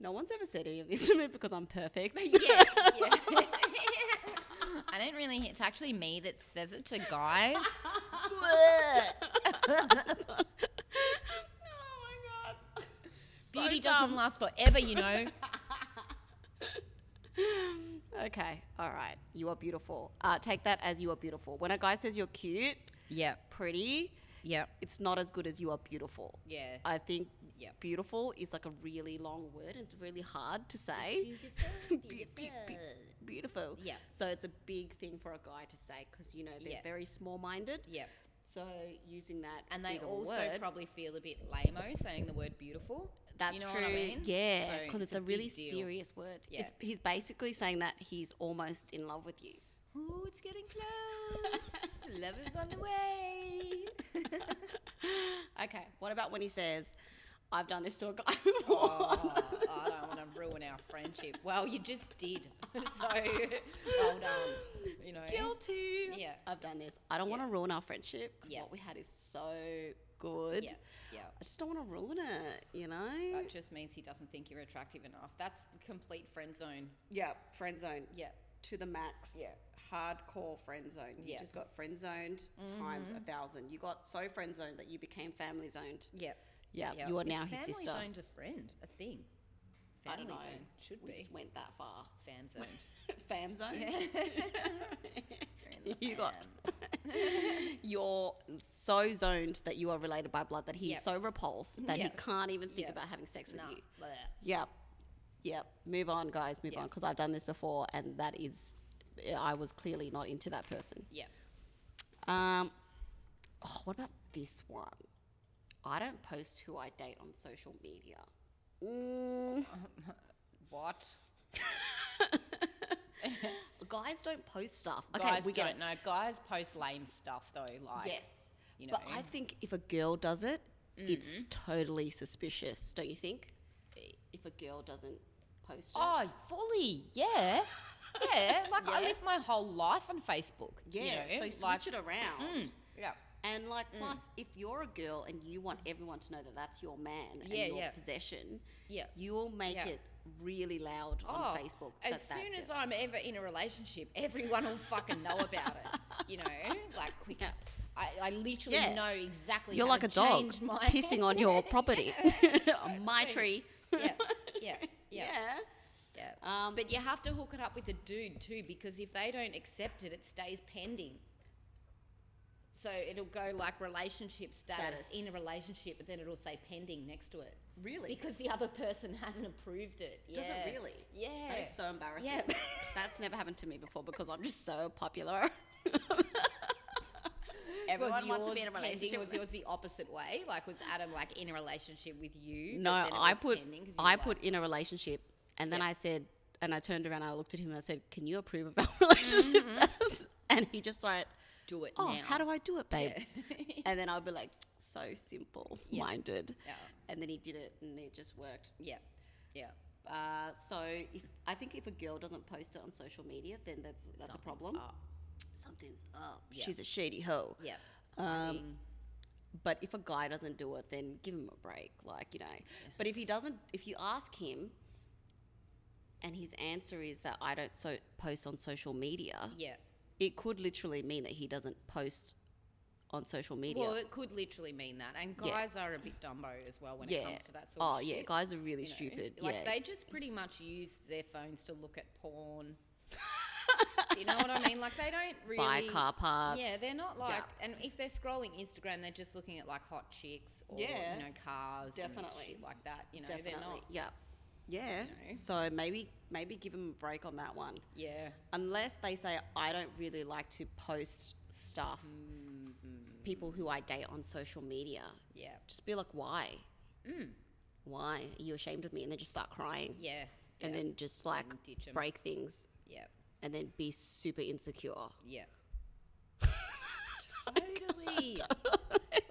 Speaker 2: no one's ever said any of this to me because I'm perfect. *laughs*
Speaker 1: yeah, yeah. *laughs* I don't really. It's actually me that says it to *laughs* guys.
Speaker 2: oh my god.
Speaker 1: Beauty doesn't last forever, you know. *laughs*
Speaker 2: *laughs* Okay, all right. You are beautiful. Uh, take that as you are beautiful. When a guy says you're cute,
Speaker 1: yep,
Speaker 2: pretty,
Speaker 1: yep,
Speaker 2: it's not as good as you are beautiful.
Speaker 1: yeah.
Speaker 2: I think
Speaker 1: Yep.
Speaker 2: beautiful is like a really long word. It's really hard to say. Be- be- be- beautiful.
Speaker 1: Yeah.
Speaker 2: So it's a big thing for a guy to say because you know they're
Speaker 1: Yeah.
Speaker 2: very small-minded.
Speaker 1: Yep.
Speaker 2: So using that
Speaker 1: And they
Speaker 2: big of a
Speaker 1: also
Speaker 2: word,
Speaker 1: probably feel a bit lameo saying the word beautiful.
Speaker 2: that's
Speaker 1: you know
Speaker 2: true.
Speaker 1: What I mean?
Speaker 2: Yeah,
Speaker 1: So
Speaker 2: because it's, a, really
Speaker 1: big deal.
Speaker 2: serious word.
Speaker 1: Yeah.
Speaker 2: It's, he's basically saying that he's almost in love with you.
Speaker 1: *laughs* Ooh, it's getting *laughs* close. Love is on the way.
Speaker 2: okay. *laughs* What about when he says, "I've done this to a guy *laughs* before"?
Speaker 1: *laughs* oh, I don't want to ruin our friendship. Well, you just did. *laughs* So well
Speaker 2: *laughs*
Speaker 1: done. You know.
Speaker 2: Guilty.
Speaker 1: Yeah.
Speaker 2: I've done this. I don't want to ruin our friendship because
Speaker 1: Yeah.
Speaker 2: what we had is so good.
Speaker 1: Yeah. Yeah.
Speaker 2: I just don't want to ruin it, you know?
Speaker 1: That just means he doesn't think you're attractive enough. That's the complete friend zone.
Speaker 2: yeah, friend zone
Speaker 1: Yeah.
Speaker 2: to the max.
Speaker 1: Yeah.
Speaker 2: Hardcore friend zone. You
Speaker 1: Yeah.
Speaker 2: just got friend zoned times a thousand. You got so friend zoned that you became family zoned.
Speaker 1: Yeah.
Speaker 2: Yeah, you are now his
Speaker 1: family
Speaker 2: sister.
Speaker 1: zoned a friend, a thing. Family
Speaker 2: I don't know.
Speaker 1: zone should
Speaker 2: we
Speaker 1: be
Speaker 2: just went that far. *laughs*
Speaker 1: fam zoned.
Speaker 2: Fam zone.
Speaker 1: We're in the
Speaker 2: You got-
Speaker 1: fam.
Speaker 2: *laughs* You're so zoned that you are related by blood that he's
Speaker 1: Yep.
Speaker 2: so repulsed that
Speaker 1: Yep.
Speaker 2: he can't even think
Speaker 1: Yep.
Speaker 2: about having sex with
Speaker 1: nah.
Speaker 2: you.
Speaker 1: bleh.
Speaker 2: Yep. Yep. Move on, guys. Move on.
Speaker 1: Yeah.
Speaker 2: on. Because I've done this before, and that is, I was clearly not into that person.
Speaker 1: Yeah.
Speaker 2: Um, oh, what about this one? I don't post who I date on social media. Mm,
Speaker 1: What?
Speaker 2: guys don't post stuff. Okay,
Speaker 1: guys
Speaker 2: we get
Speaker 1: don't
Speaker 2: it.
Speaker 1: know. Guys post lame stuff though. Like
Speaker 2: Yes.
Speaker 1: you know.
Speaker 2: But I think if a girl does it, it's
Speaker 1: Mm-hmm.
Speaker 2: totally suspicious, don't you think? If a girl doesn't post it.
Speaker 1: E, Oh, fully, yeah,
Speaker 2: *laughs*
Speaker 1: yeah. Like I
Speaker 2: Yeah.
Speaker 1: live my whole life on Facebook. you
Speaker 2: yeah,
Speaker 1: know,
Speaker 2: so switch
Speaker 1: like,
Speaker 2: it around.
Speaker 1: Mm. yeah,
Speaker 2: And like,
Speaker 1: Mm.
Speaker 2: plus, if you're a girl and you want everyone to know that that's your man
Speaker 1: Yeah,
Speaker 2: and your
Speaker 1: yeah.
Speaker 2: possession,
Speaker 1: yeah.
Speaker 2: you'll make
Speaker 1: Yeah. Oh,
Speaker 2: it really loud on Facebook. that
Speaker 1: As soon
Speaker 2: that's *laughs*
Speaker 1: as
Speaker 2: it.
Speaker 1: I'm ever in a relationship, everyone will fucking know about it. You know, like quick. *laughs* I, I literally
Speaker 2: Yeah.
Speaker 1: know exactly.
Speaker 2: you're
Speaker 1: how
Speaker 2: like
Speaker 1: to
Speaker 2: a dog
Speaker 1: change my
Speaker 2: pissing
Speaker 1: *laughs*
Speaker 2: on your property, *laughs* my tree.
Speaker 1: yeah,
Speaker 2: *laughs*
Speaker 1: yeah, yeah,
Speaker 2: yeah.
Speaker 1: yeah.
Speaker 2: Um,
Speaker 1: But you have to hook it up with the dude too, because if they don't accept it, it stays pending. So it'll go like relationship status,
Speaker 2: Status.
Speaker 1: in a relationship, but then it'll say pending next to it
Speaker 2: really,
Speaker 1: because the other person hasn't approved it.
Speaker 2: Does it
Speaker 1: yeah.
Speaker 2: really?
Speaker 1: Yeah.
Speaker 2: that is so embarrassing.
Speaker 1: Yeah.
Speaker 2: *laughs* that's never happened to me before because I'm just so
Speaker 1: *laughs*
Speaker 2: popular. Everyone
Speaker 1: was
Speaker 2: wants to
Speaker 1: yours
Speaker 2: be in a
Speaker 1: pending?
Speaker 2: relationship.
Speaker 1: Was
Speaker 2: with me.
Speaker 1: yours the opposite way? Like, was Adam like in a relationship with you? but
Speaker 2: No,
Speaker 1: then it
Speaker 2: I
Speaker 1: was
Speaker 2: put
Speaker 1: pending 'cause you
Speaker 2: I
Speaker 1: were
Speaker 2: put
Speaker 1: like-
Speaker 2: in a relationship, and then
Speaker 1: Yeah.
Speaker 2: I said, and I turned around, and I looked at him, and I said, "Can you approve of our *laughs* relationship status?" *laughs* And he just like,
Speaker 1: do it
Speaker 2: "Oh,
Speaker 1: Mm-hmm. now.
Speaker 2: how do I do it, babe?"
Speaker 1: Yeah. *laughs*
Speaker 2: and then I'd be like, "So simple minded,"
Speaker 1: Yeah.
Speaker 2: and then he did it, and it just worked.
Speaker 1: yeah. Yeah.
Speaker 2: Uh, so if I think if a girl doesn't post it on social media, then that's that's a problem. Something's up. She's a shady hoe.
Speaker 1: Yeah.
Speaker 2: Um, but if a guy doesn't do it, then give him a break. Like you know. But if he doesn't, if you ask him, and his answer is that I don't so post on social media,
Speaker 1: Yeah.
Speaker 2: it could literally mean that he doesn't post on social media.
Speaker 1: Well, it could literally mean that. And
Speaker 2: Yeah.
Speaker 1: guys are a bit dumbo as well when it comes to that sort
Speaker 2: oh
Speaker 1: of shit.
Speaker 2: yeah, guys are really
Speaker 1: you know?
Speaker 2: stupid.
Speaker 1: Like
Speaker 2: yeah.
Speaker 1: they just pretty much use their phones to look at porn.
Speaker 2: *laughs*
Speaker 1: you know what I mean? Like they don't really
Speaker 2: buy car parts.
Speaker 1: Yeah, they're not
Speaker 2: Yeah.
Speaker 1: like, and if they're scrolling Instagram, they're just looking at like hot chicks or
Speaker 2: Yeah.
Speaker 1: you know cars,
Speaker 2: Definitely.
Speaker 1: and shit like that. You know,
Speaker 2: definitely.
Speaker 1: they're not.
Speaker 2: Yeah, yeah.
Speaker 1: know.
Speaker 2: So maybe maybe give them a break on that one,
Speaker 1: Yeah,
Speaker 2: unless they say I don't really like to post stuff. Mm-hmm. People who I date on social media,
Speaker 1: yeah,
Speaker 2: just be like, why? Mm. Why are you ashamed of me? And then just start crying,
Speaker 1: yeah,
Speaker 2: and then just like
Speaker 1: And ditch 'em.
Speaker 2: break things,
Speaker 1: yeah,
Speaker 2: and then be super insecure.
Speaker 1: yeah.
Speaker 2: *laughs*
Speaker 1: Totally.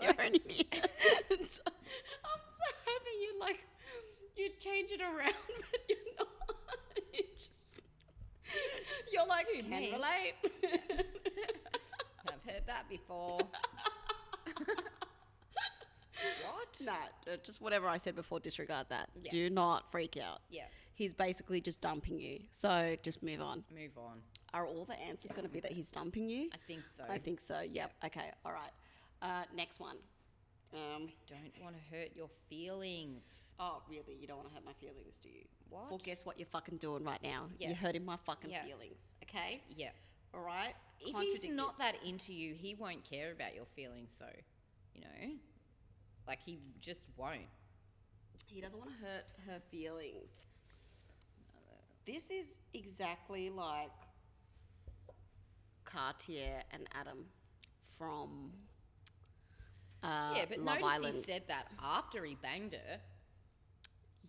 Speaker 2: You're an idiot. *laughs* I'm so happy you like you change it around, *laughs* but you're not. *laughs* You just *laughs* you're like who
Speaker 1: me?
Speaker 2: relate.
Speaker 1: *laughs*
Speaker 2: *laughs*
Speaker 1: I've heard that before. what?
Speaker 2: nah, uh, just whatever I said before. Disregard that.
Speaker 1: Yeah.
Speaker 2: Do not freak out.
Speaker 1: Yeah,
Speaker 2: He's basically just dumping you. So just move on.
Speaker 1: move on.
Speaker 2: Are all the answers going to be that he's dumping you?
Speaker 1: I think so.
Speaker 2: I think so. Yep. Okay. All right. Uh, next one. Um,
Speaker 1: Don't want to hurt your feelings.
Speaker 2: Oh, really? You don't want to hurt my feelings, do you?
Speaker 1: What?
Speaker 2: Well, guess what you're fucking doing right now?
Speaker 1: Yeah.
Speaker 2: You're hurting my fucking
Speaker 1: Yeah.
Speaker 2: feelings, okay?
Speaker 1: Yeah.
Speaker 2: All right?
Speaker 1: If he's
Speaker 2: Contradicted.
Speaker 1: not that into you, he won't care about your feelings, though. You know, like he just won't.
Speaker 2: He doesn't want to hurt her feelings. This is exactly like Cartier and Adam from uh,
Speaker 1: Yeah, but
Speaker 2: Love
Speaker 1: notice
Speaker 2: Island.
Speaker 1: he said that after he banged her.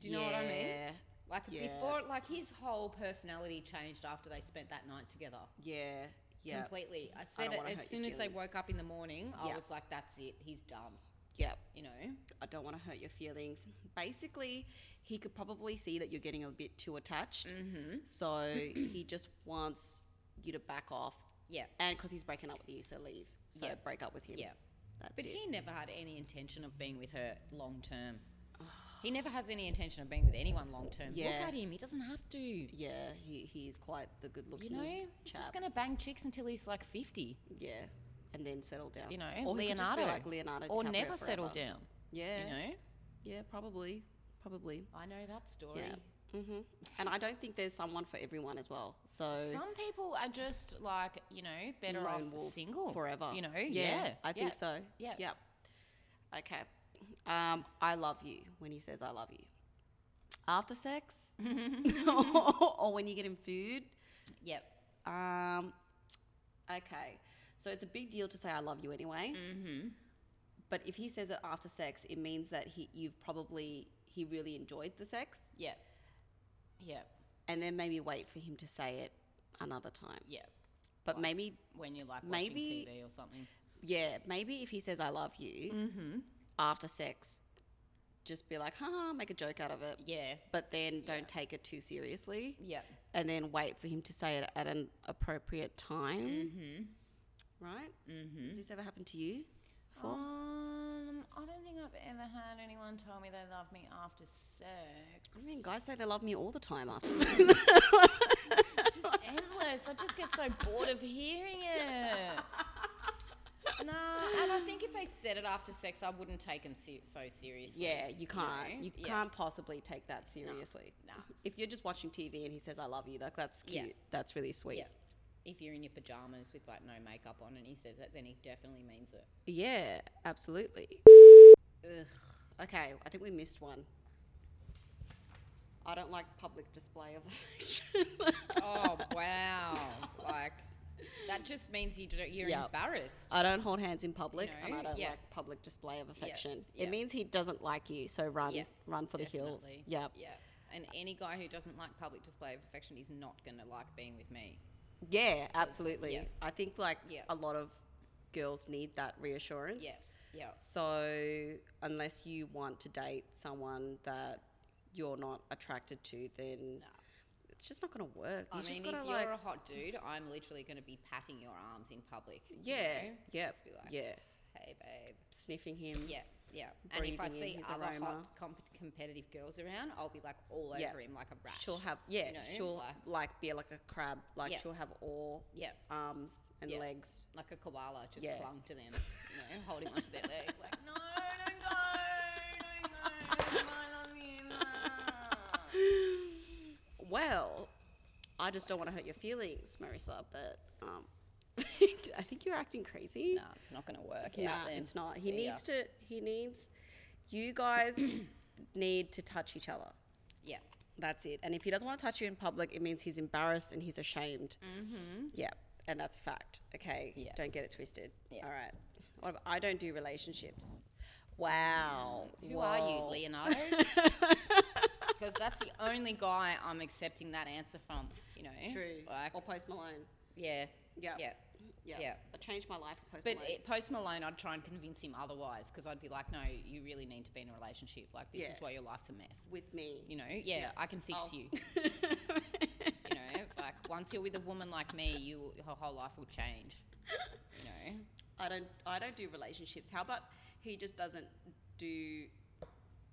Speaker 1: Do you know what I mean?
Speaker 2: Yeah,
Speaker 1: Like
Speaker 2: Yeah.
Speaker 1: before, like his whole personality changed after they spent that night together.
Speaker 2: Yeah, yeah.
Speaker 1: Completely. I
Speaker 2: don't
Speaker 1: said
Speaker 2: wanna
Speaker 1: it
Speaker 2: hurt
Speaker 1: as
Speaker 2: your
Speaker 1: soon as they
Speaker 2: feelings.
Speaker 1: woke up in the morning. I
Speaker 2: Yeah.
Speaker 1: was like, "That's it. He's done."
Speaker 2: Yep.
Speaker 1: You know.
Speaker 2: I don't want to hurt your feelings. Basically, he could probably see that you're getting a bit too attached. Mm-hmm. So he just wants you to back off.
Speaker 1: Yeah.
Speaker 2: And because he's breaking up with you, so leave. So
Speaker 1: Yeah.
Speaker 2: break up with him.
Speaker 1: Yeah.
Speaker 2: That's
Speaker 1: But
Speaker 2: it.
Speaker 1: he never had any intention of being with her long term. he never has any intention of being with anyone long term.
Speaker 2: Yeah.
Speaker 1: Look at him. He doesn't have to. You
Speaker 2: yeah, he, he's quite the good looking
Speaker 1: know, he's
Speaker 2: chap.
Speaker 1: just gonna bang chicks until he's like fifty.
Speaker 2: yeah. And then settle down.
Speaker 1: You know,
Speaker 2: or he could just be
Speaker 1: Leonardo,
Speaker 2: like Leonardo
Speaker 1: or
Speaker 2: DiCaprio
Speaker 1: never settle
Speaker 2: forever.
Speaker 1: down.
Speaker 2: Yeah.
Speaker 1: You know.
Speaker 2: Yeah, probably. Probably.
Speaker 1: I know that story.
Speaker 2: Yeah. hmm And I don't think there's someone for everyone as well. So.
Speaker 1: Some people are just like, you know, better
Speaker 2: lone
Speaker 1: off
Speaker 2: wolves
Speaker 1: single
Speaker 2: forever.
Speaker 1: You know, yeah.
Speaker 2: I think so.
Speaker 1: Yeah.
Speaker 2: Yep. Okay. Um, I love you when he says I love you. After
Speaker 1: *laughs*
Speaker 2: sex, *laughs* or when you get him food.
Speaker 1: Yep.
Speaker 2: Um, okay. So it's a big deal to say I love you anyway.
Speaker 1: Mm-hmm.
Speaker 2: But if he says it after sex, it means that he you've probably he really enjoyed the sex,
Speaker 1: Yep. Yep.
Speaker 2: and then maybe wait for him to say it another time.
Speaker 1: Yep.
Speaker 2: But maybe
Speaker 1: When you're like
Speaker 2: Maybe-
Speaker 1: watching TV or something.
Speaker 2: yeah, maybe if he says I love you,
Speaker 1: Mm-hmm.
Speaker 2: after sex, just be like, haha, make a joke out of it.
Speaker 1: Yeah.
Speaker 2: But then don't take it too seriously.
Speaker 1: Yep.
Speaker 2: And then wait for him to say it at an appropriate time. Right?
Speaker 1: Mm-hmm.
Speaker 2: Has this ever happened to you before?
Speaker 1: Um, I don't think I've ever had anyone tell me they love me after sex.
Speaker 2: I mean, guys say they love me all the time *laughs* after *laughs*
Speaker 1: It's just endless. I just get so bored of hearing
Speaker 2: *laughs*
Speaker 1: it. No, and I think if they said it after sex, I wouldn't take them se- so seriously.
Speaker 2: Yeah, you can't.
Speaker 1: know?
Speaker 2: You
Speaker 1: Yeah.
Speaker 2: can't possibly take that seriously. No. If you're just watching TV and he says, I love you, like, that's
Speaker 1: Yeah.
Speaker 2: cute. That's really sweet.
Speaker 1: Yeah. If you're in your pajamas with like no makeup on and he says that, then he definitely means
Speaker 2: *laughs*
Speaker 1: it.
Speaker 2: Yeah, absolutely. Ugh. Okay, I think we missed one. I don't like public display of *laughs* affection.
Speaker 1: Oh wow! like that just means you don't, you're
Speaker 2: Yeah.
Speaker 1: embarrassed.
Speaker 2: I don't hold hands in public, and I
Speaker 1: know,
Speaker 2: don't
Speaker 1: yeah.
Speaker 2: like public display of affection.
Speaker 1: yeah.
Speaker 2: It means he doesn't like you, so run,
Speaker 1: Yeah,
Speaker 2: run for the hills.
Speaker 1: Definitely.
Speaker 2: Yep.
Speaker 1: Yeah. And any guy who doesn't like public display of affection is not going to like being with me.
Speaker 2: Yeah, absolutely.
Speaker 1: yeah.
Speaker 2: I think like
Speaker 1: Yeah.
Speaker 2: a lot of girls need that reassurance.
Speaker 1: Yeah. Yeah.
Speaker 2: So unless you want to date someone that you're not attracted to, then it's just not going to work. You
Speaker 1: I
Speaker 2: just
Speaker 1: mean, if
Speaker 2: gotta,
Speaker 1: you're
Speaker 2: like,
Speaker 1: a hot dude, I'm literally going to be patting your arms in public. you
Speaker 2: yeah,
Speaker 1: know?
Speaker 2: yeah,
Speaker 1: Just be like,
Speaker 2: yeah,
Speaker 1: hey, babe.
Speaker 2: sniffing him.
Speaker 1: Yeah, yeah. And if I
Speaker 2: Breathing in
Speaker 1: see
Speaker 2: his
Speaker 1: other
Speaker 2: aroma.
Speaker 1: hot comp- competitive girls around, I'll be like all over
Speaker 2: Yeah.
Speaker 1: him like a rat.
Speaker 2: she'll have yeah,
Speaker 1: you know,
Speaker 2: she'll
Speaker 1: like-
Speaker 2: like be like a crab, like
Speaker 1: Yeah.
Speaker 2: she'll have all
Speaker 1: Yeah,
Speaker 2: arms and
Speaker 1: Yeah.
Speaker 2: legs.
Speaker 1: like a koala just
Speaker 2: Yeah.
Speaker 1: clung to them, you know, holding onto their leg, like, no, don't go, don't go, I love you, no."
Speaker 2: Well, I just don't want to hurt your feelings, Marissa, but um, *laughs* I think you're acting crazy.
Speaker 1: *laughs* No, it's not going to work.
Speaker 2: Nah,
Speaker 1: out then.
Speaker 2: it's not. He
Speaker 1: See ya.
Speaker 2: needs to. He needs. You
Speaker 1: *clears throat*
Speaker 2: guys need to touch each other.
Speaker 1: Yeah.
Speaker 2: That's it. And if he doesn't want to touch you in public, it means he's embarrassed and he's ashamed.
Speaker 1: Mm-hmm.
Speaker 2: Yeah, and that's a fact. Okay,
Speaker 1: Yeah.
Speaker 2: don't get it twisted.
Speaker 1: Yeah.
Speaker 2: All right. What about, I don't do relationships. Wow.
Speaker 1: Who are you,
Speaker 2: Whoa.
Speaker 1: *laughs* Leonardo? Because that's the only guy I'm accepting that answer from, you know.
Speaker 2: True.
Speaker 1: Like,
Speaker 2: or Post Malone.
Speaker 1: yeah,
Speaker 2: Yeah.
Speaker 1: yeah.
Speaker 2: Yeah.
Speaker 1: Yeah.
Speaker 2: I changed my life for Post
Speaker 1: But
Speaker 2: Malone.
Speaker 1: it, post Malone, I'd try and convince him otherwise because I'd be like, no, you really need to be in a relationship. Like, this
Speaker 2: Yeah.
Speaker 1: is why your life's a mess.
Speaker 2: with me.
Speaker 1: You know, yeah,
Speaker 2: Yeah.
Speaker 1: I can fix
Speaker 2: Oh.
Speaker 1: you.
Speaker 2: *laughs*
Speaker 1: *laughs* You know, like, once you're with a woman like me, you your whole life will change. You know?
Speaker 2: I don't I don't do relationships. How about he just doesn't do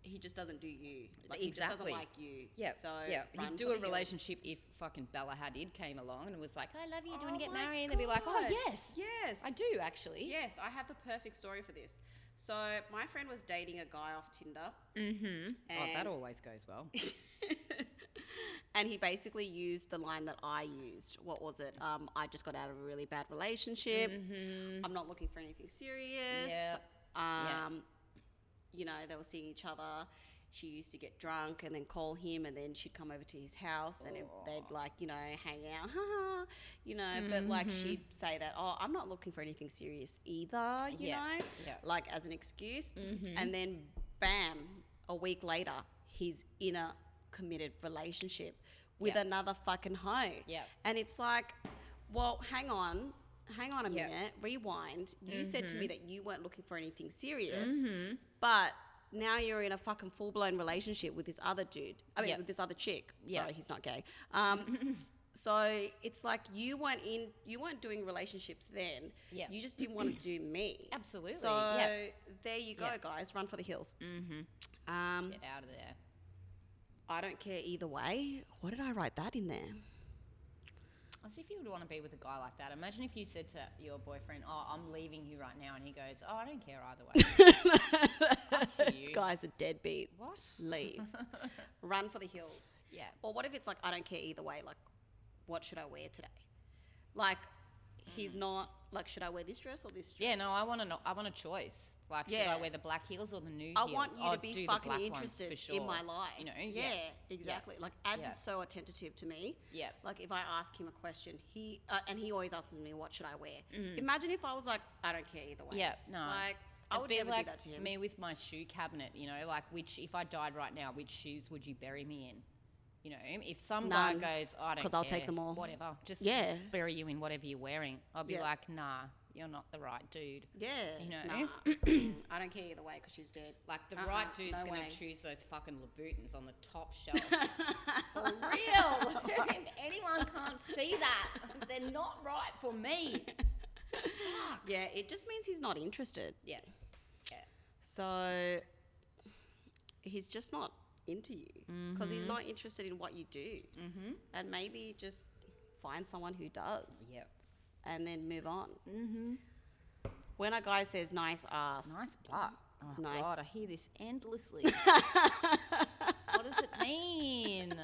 Speaker 2: he just doesn't do you. Like he just doesn't
Speaker 1: Exactly.
Speaker 2: like you.
Speaker 1: Yeah,
Speaker 2: So
Speaker 1: yeah.
Speaker 2: run
Speaker 1: He'd do
Speaker 2: for
Speaker 1: a
Speaker 2: the hills.
Speaker 1: relationship if fucking Bella Hadid came along and was like, "I love you. Do you want
Speaker 2: Oh
Speaker 1: to get
Speaker 2: my
Speaker 1: married?" And they'd be like, "Oh
Speaker 2: God.
Speaker 1: yes,
Speaker 2: Yes.
Speaker 1: I do actually."
Speaker 2: Yes, I have the perfect story for this. So my friend was dating a guy off Tinder,
Speaker 1: Mm-hmm. Oh, that
Speaker 2: And-
Speaker 1: always goes *laughs* well.
Speaker 2: *laughs* and he basically used the line that I used. What was it? Um, I just got out of a really bad relationship. I'm not looking for anything serious.
Speaker 1: Mm-hmm. Yeah. Yeah.
Speaker 2: Um, you know, they were seeing each other. She used to get drunk and then call him, and then she'd come over to his house, and it- they'd like, you know, hang out, *laughs* haha, you know. But like,
Speaker 1: Mm-hmm.
Speaker 2: she'd say that, oh, I'm not looking for anything serious either, you
Speaker 1: Yeah.
Speaker 2: know,
Speaker 1: Yeah.
Speaker 2: like as an excuse.
Speaker 1: Mm-hmm.
Speaker 2: And then, bam, a week later, he's in a committed relationship with
Speaker 1: Yeah.
Speaker 2: another fucking hoe.
Speaker 1: Yeah.
Speaker 2: And it's like, well, hang on, hang on a
Speaker 1: Yeah. Mm-hmm.
Speaker 2: minute, rewind. You said to me that you weren't looking for anything serious, but now you're in a fucking full blown relationship with this other dude. I mean,
Speaker 1: Yeah.
Speaker 2: with this other chick.
Speaker 1: Yeah.
Speaker 2: Sorry, he's not gay. Um,
Speaker 1: *laughs*
Speaker 2: so it's like you weren't in, you weren't doing relationships then.
Speaker 1: Yeah.
Speaker 2: You just didn't want to do me.
Speaker 1: Absolutely,
Speaker 2: So
Speaker 1: yeah.
Speaker 2: there you go,
Speaker 1: Yeah.
Speaker 2: guys. Run for the hills. Mm-hmm. Um,
Speaker 1: Get out of there.
Speaker 2: I don't care either way. What did I write that in there?
Speaker 1: As if you would want to be with a guy like that. Imagine if you said to your boyfriend, "Oh, I'm leaving you right now," and he goes, "Oh, I don't care either
Speaker 2: *laughs*
Speaker 1: way." *laughs* to you.
Speaker 2: Guys are deadbeat.
Speaker 1: what?
Speaker 2: Leave.
Speaker 1: *laughs*
Speaker 2: Run for the hills.
Speaker 1: Yeah.
Speaker 2: Or what if it's like, I don't care either way. Like, what should I wear today? Like, he's not like, should I wear this dress or this dress?
Speaker 1: Mm. Yeah. No, I want to know. I want a choice. Like, should
Speaker 2: Yeah.
Speaker 1: I wear the black heels or the new
Speaker 2: I
Speaker 1: heels?
Speaker 2: want you
Speaker 1: I'd
Speaker 2: to be
Speaker 1: do the
Speaker 2: fucking
Speaker 1: black ones
Speaker 2: interested
Speaker 1: for
Speaker 2: in my
Speaker 1: sure.
Speaker 2: life.
Speaker 1: You know?
Speaker 2: Yeah, exactly. Like, ads
Speaker 1: Yeah.
Speaker 2: is so attentive to me.
Speaker 1: Yeah.
Speaker 2: Like, if I ask him a question, he uh, and he always asks me, "What should I wear?" Imagine if I was like, "I don't care either way."
Speaker 1: Mm. Yeah, no.
Speaker 2: Like, I
Speaker 1: It'd
Speaker 2: would
Speaker 1: be
Speaker 2: never
Speaker 1: like
Speaker 2: do that to him.
Speaker 1: Me with my shoe cabinet, you know, like which if I died right now, which shoes would you bury me in? You know, if some
Speaker 2: None,
Speaker 1: guy goes, I don't
Speaker 2: 'cause I'll take
Speaker 1: care,
Speaker 2: them all."
Speaker 1: Whatever, just
Speaker 2: Yeah.
Speaker 1: bury you in whatever you're wearing. I'll be
Speaker 2: Yeah.
Speaker 1: like, nah, you're not the right dude.
Speaker 2: Yeah.
Speaker 1: You know? *clears throat*
Speaker 2: Nah. Mm, I don't care either way because she's dead.
Speaker 1: Like the
Speaker 2: Uh-uh,
Speaker 1: right dude's
Speaker 2: no
Speaker 1: gonna
Speaker 2: way.
Speaker 1: choose those fucking Louboutins on the
Speaker 2: *laughs*
Speaker 1: top shelf. for real. *laughs* if anyone can't see that, they're not right
Speaker 2: *laughs*
Speaker 1: for me.
Speaker 2: Yeah, it just means he's not interested.
Speaker 1: Yeah.
Speaker 2: So he's just not into you because
Speaker 1: Mm-hmm.
Speaker 2: he's not interested in what you do. Mm-hmm. And maybe just find someone who does
Speaker 1: Yep.
Speaker 2: and then move on. Mm-hmm. When a guy says nice ass,
Speaker 1: Nice butt. Oh
Speaker 2: Nice.
Speaker 1: God, I hear this *laughs* endlessly. what does it mean?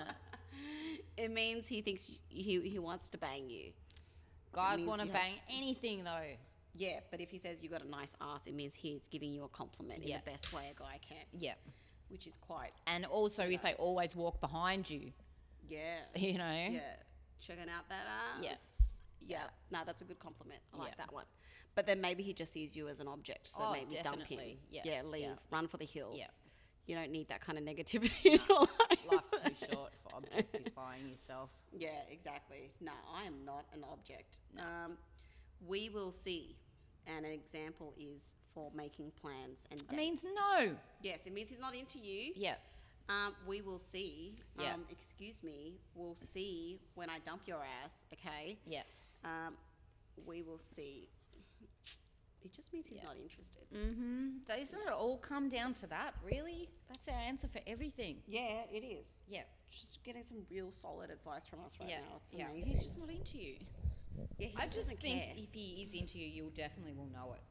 Speaker 2: it means he thinks y- he, he wants to bang you.
Speaker 1: Guys
Speaker 2: means
Speaker 1: want to
Speaker 2: you have-
Speaker 1: bang anything though.
Speaker 2: Yeah, but if he says you got a nice ass, it means he's giving you a compliment
Speaker 1: Yeah.
Speaker 2: in the best way a guy can,
Speaker 1: Yeah.
Speaker 2: which is quite,
Speaker 1: And also, if they always walk behind you, *laughs*
Speaker 2: yeah.
Speaker 1: you know.
Speaker 2: Yeah. Checking out that ass.
Speaker 1: Yeah.
Speaker 2: Yeah. No, that's a good compliment. I like
Speaker 1: Yeah.
Speaker 2: that one. But then maybe he just sees you as an object. So
Speaker 1: Oh,
Speaker 2: maybe dump him.
Speaker 1: definitely. Yeah.
Speaker 2: Yeah, leave.
Speaker 1: Yeah.
Speaker 2: Run for the hills.
Speaker 1: Yeah.
Speaker 2: You don't need that kind of negativity *laughs* in your life.
Speaker 1: Life's too short for objectifying yourself.
Speaker 2: yeah, exactly. No, I am not an object. Um, we will see. And an example is for making plans and
Speaker 1: It
Speaker 2: dates.
Speaker 1: means no.
Speaker 2: yes, it means he's not into you.
Speaker 1: Yeah.
Speaker 2: Um, we will see.
Speaker 1: Yeah.
Speaker 2: Um, excuse me. We'll see when I dump your ass. Okay.
Speaker 1: Yeah.
Speaker 2: Um, we will see. It just means he's
Speaker 1: Yeah.
Speaker 2: not interested.
Speaker 1: Mm-hmm. Doesn't it all come down to that, really? That's our answer for everything.
Speaker 2: Yeah, it is.
Speaker 1: Yeah.
Speaker 2: Just getting some real solid advice from us right
Speaker 1: yeah.
Speaker 2: now. It's
Speaker 1: yeah.
Speaker 2: amazing.
Speaker 1: He's just not into you.
Speaker 2: yeah, he
Speaker 1: I
Speaker 2: just
Speaker 1: just
Speaker 2: doesn't
Speaker 1: think
Speaker 2: care.
Speaker 1: if he is into you, you'll definitely will know it.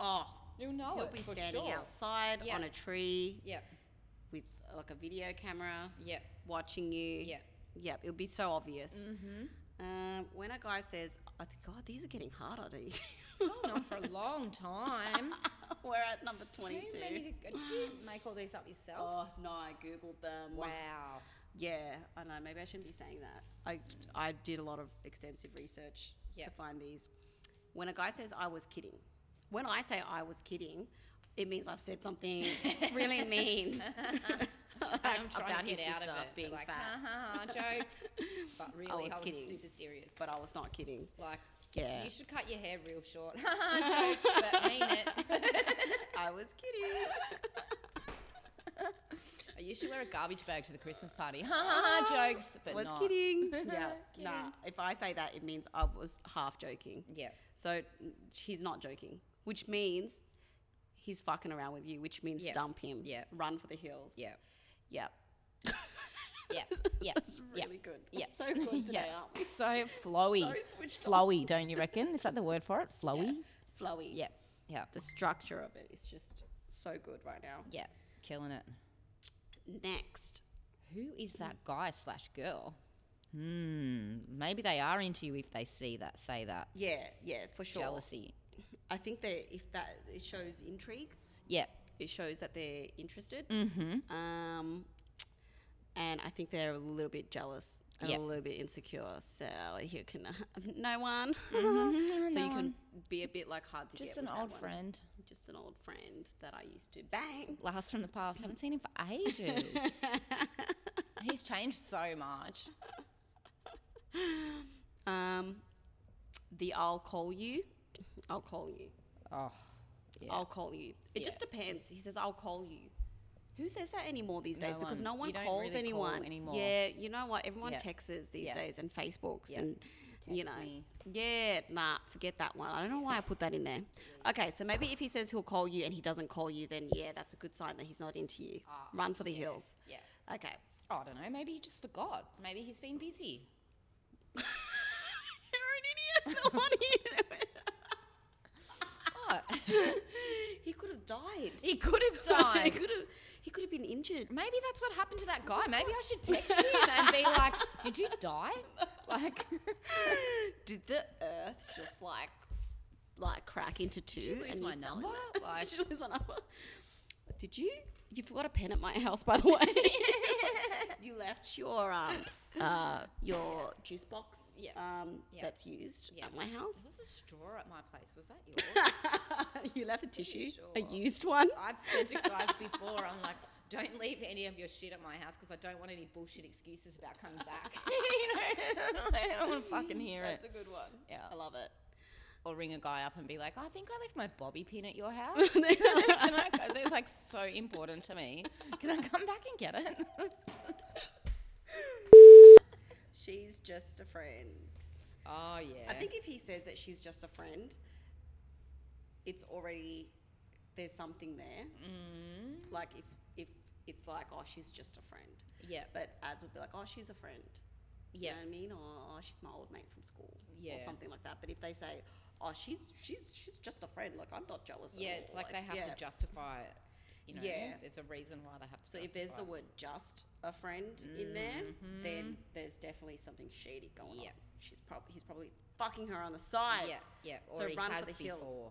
Speaker 2: oh,
Speaker 1: You'll know
Speaker 2: he'll
Speaker 1: it
Speaker 2: be
Speaker 1: for
Speaker 2: standing
Speaker 1: sure.
Speaker 2: outside
Speaker 1: Yeah.
Speaker 2: on a tree
Speaker 1: Yep.
Speaker 2: with uh, like a video camera
Speaker 1: Yep.
Speaker 2: watching you.
Speaker 1: Yeah.
Speaker 2: Yep, it'll be so obvious.
Speaker 1: Mm-hmm.
Speaker 2: Um, when a guy says, I think, God, these are getting harder to
Speaker 1: Going on for a long *laughs* time.
Speaker 2: *laughs* We're at number
Speaker 1: So
Speaker 2: 22.
Speaker 1: many to- Did *gasps* you make all these up yourself?
Speaker 2: Oh, no, I Googled them.
Speaker 1: wow.
Speaker 2: Yeah, I know. Maybe I shouldn't be saying that. I, I did a lot of extensive research to
Speaker 1: Yep.
Speaker 2: find these. When a guy says, I was kidding, when I say I was kidding, it means I've said
Speaker 1: *laughs*
Speaker 2: something really mean
Speaker 1: *laughs*
Speaker 2: *laughs*
Speaker 1: I'm trying
Speaker 2: about
Speaker 1: to get
Speaker 2: his
Speaker 1: out
Speaker 2: sister
Speaker 1: of it.
Speaker 2: being
Speaker 1: like,
Speaker 2: fat.
Speaker 1: *laughs* Ha, ha, ha, jokes. But really, I was,
Speaker 2: was kidding.
Speaker 1: super serious.
Speaker 2: But I was not kidding.
Speaker 1: Like,
Speaker 2: Yeah.
Speaker 1: you should cut your hair real short. *laughs* Ha, ha, jokes, but mean it.
Speaker 2: I was kidding.
Speaker 1: *laughs* you should wear a garbage bag to the Christmas party. Ha, ha, ha, jokes, but
Speaker 2: was
Speaker 1: not. *laughs*
Speaker 2: kidding. Yeah.
Speaker 1: Kidding.
Speaker 2: Nah, if I say that, it means I was half joking.
Speaker 1: Yeah.
Speaker 2: So n- he's not joking, which means he's fucking around with you, which means
Speaker 1: Yeah.
Speaker 2: dump him.
Speaker 1: Yeah.
Speaker 2: Run for the hills.
Speaker 1: *laughs* Yeah.
Speaker 2: Yep.
Speaker 1: Yeah. Yeah.
Speaker 2: *laughs* That's
Speaker 1: yeah.
Speaker 2: really good.
Speaker 1: Yeah.
Speaker 2: So good today,
Speaker 1: *laughs* Yeah.
Speaker 2: aren't we?
Speaker 1: *laughs* So flowy.
Speaker 2: So switched on.
Speaker 1: flowy, don't you reckon? Is that the word for it? Flowy?
Speaker 2: Flowy.
Speaker 1: Yeah. Yeah.
Speaker 2: The structure of it is just so good right now.
Speaker 1: Yeah. Killing it.
Speaker 2: Next.
Speaker 1: Who is that guy slash girl? Hmm. Maybe they are into you if they see that, say that.
Speaker 2: Yeah, yeah, for sure.
Speaker 1: Jealousy.
Speaker 2: I think that if that it shows intrigue,
Speaker 1: Yeah.
Speaker 2: it shows that they're interested.
Speaker 1: Mm-hmm.
Speaker 2: Um, and I think they're a little bit jealous and a
Speaker 1: Yeah.
Speaker 2: little bit insecure. So you can, *laughs* no one. *laughs* so
Speaker 1: Mm-hmm. no
Speaker 2: you
Speaker 1: one.
Speaker 2: can be a bit like hard to get.
Speaker 1: Just an
Speaker 2: with that
Speaker 1: old
Speaker 2: one.
Speaker 1: friend.
Speaker 2: Just an old friend that I used to
Speaker 1: *laughs*
Speaker 2: bang. *laughs*
Speaker 1: Last from the past. Haven't seen him for ages. *laughs* He's changed so much.
Speaker 2: um, the I'll call you. I'll call you.
Speaker 1: *laughs* Oh. Yeah.
Speaker 2: I'll call you. It
Speaker 1: Yeah.
Speaker 2: just depends. He says, I'll call you. Who says that anymore these
Speaker 1: No
Speaker 2: days? because
Speaker 1: one.
Speaker 2: no one
Speaker 1: You don't
Speaker 2: calls
Speaker 1: really call
Speaker 2: anyone
Speaker 1: anymore.
Speaker 2: Yeah, you know what? Everyone
Speaker 1: Yeah.
Speaker 2: texts these
Speaker 1: Yeah.
Speaker 2: days and Facebooks
Speaker 1: Yeah.
Speaker 2: and you
Speaker 1: Text
Speaker 2: know.
Speaker 1: me.
Speaker 2: Yeah, nah, forget that one. I don't know why I put that in there. Okay, so maybe if he says he'll call you and he doesn't call you, then yeah, that's a good sign that he's not into you.
Speaker 1: Ah,
Speaker 2: Run for the hills.
Speaker 1: yeah. *laughs*
Speaker 2: Okay.
Speaker 1: I don't know. Maybe he just forgot. Maybe he's been busy.
Speaker 2: You're an idiot. *laughs* No one
Speaker 1: *laughs* What?
Speaker 2: he could have died.
Speaker 1: *laughs* he could
Speaker 2: *laughs*
Speaker 1: have
Speaker 2: he
Speaker 1: died.
Speaker 2: could have he could have been injured.
Speaker 1: Maybe that's what happened to that guy. Maybe I should text him and be like, "Did you *laughs* die?" Like,
Speaker 2: *laughs* Did the Earth just like s- like crack into two?
Speaker 1: you lose
Speaker 2: and
Speaker 1: my
Speaker 2: you fell in
Speaker 1: number?
Speaker 2: there?
Speaker 1: Like-
Speaker 2: *laughs* Did you lose my number? Did you? You forgot a pen at my house, by the
Speaker 1: *laughs*
Speaker 2: way. you left your um uh your juice box
Speaker 1: Yeah.
Speaker 2: um
Speaker 1: Yeah.
Speaker 2: that's used
Speaker 1: Yeah.
Speaker 2: at my
Speaker 1: *laughs*
Speaker 2: house. *laughs*
Speaker 1: was a straw at my place. Was that yours?
Speaker 2: you left a tissue, a
Speaker 1: sure.
Speaker 2: used one.
Speaker 1: I've said to guys before, I'm like, "Don't leave any of your shit at my house because I don't want any bullshit excuses about coming back." *laughs* you know, I don't want
Speaker 2: *laughs*
Speaker 1: to fucking hear
Speaker 2: That's
Speaker 1: it.
Speaker 2: a good one.
Speaker 1: Yeah.
Speaker 2: I love it.
Speaker 1: or ring a guy up and be like, "I think I left my bobby pin *laughs* at your house." Can I? go- *laughs* They're like so important to me. Can I come back and get it?
Speaker 2: She's just a friend.
Speaker 1: *laughs* Oh yeah.
Speaker 2: I think if he says that she's just a friend, it's already there's something there.
Speaker 1: Mm,
Speaker 2: Like if if it's like oh she's just a friend,
Speaker 1: yeah.
Speaker 2: but ads would be like oh she's a friend. You
Speaker 1: Yeah.
Speaker 2: know what I mean? Or oh, she's my old mate from school.
Speaker 1: Yeah.
Speaker 2: Or something like that. But if they say oh she's she's she's just a friend, like I'm not jealous. at
Speaker 1: Yeah, it's
Speaker 2: all,"
Speaker 1: like they have
Speaker 2: yeah.
Speaker 1: to justify it. You know,
Speaker 2: Yeah.
Speaker 1: there's a reason why they have to.
Speaker 2: So if there's
Speaker 1: justify
Speaker 2: the
Speaker 1: it.
Speaker 2: word just a friend in there, then there's definitely something shady going
Speaker 1: Mm-hmm. Yeah.
Speaker 2: on. She's probably he's probably fucking her on the side.
Speaker 1: yeah, yeah,
Speaker 2: So
Speaker 1: or he
Speaker 2: run for
Speaker 1: has
Speaker 2: the hills.
Speaker 1: before.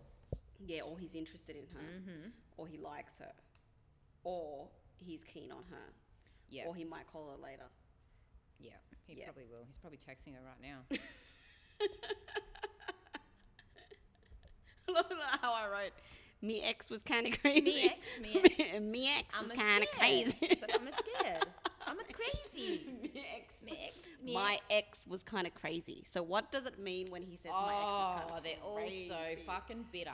Speaker 2: Yeah, or he's interested in her,
Speaker 1: Mm-hmm.
Speaker 2: or he likes her, or he's keen on her,
Speaker 1: Yeah,
Speaker 2: or he might call her later. *laughs*
Speaker 1: yeah, he
Speaker 2: Yeah.
Speaker 1: probably will. He's probably texting her right
Speaker 2: *laughs*
Speaker 1: now.
Speaker 2: I love that how I wrote. Me ex was kind of crazy.
Speaker 1: ex,
Speaker 2: *laughs*
Speaker 1: me
Speaker 2: Me-
Speaker 1: ex.
Speaker 2: me ex was
Speaker 1: a
Speaker 2: kind of
Speaker 1: scared.
Speaker 2: crazy. *laughs*
Speaker 1: It's like, I'm a scared. I'm a crazy.
Speaker 2: Me ex.
Speaker 1: Me ex, me
Speaker 2: My ex was kind of crazy. So what does it mean when he says my ex is
Speaker 1: Oh,
Speaker 2: kind of
Speaker 1: they're all so fucking bitter.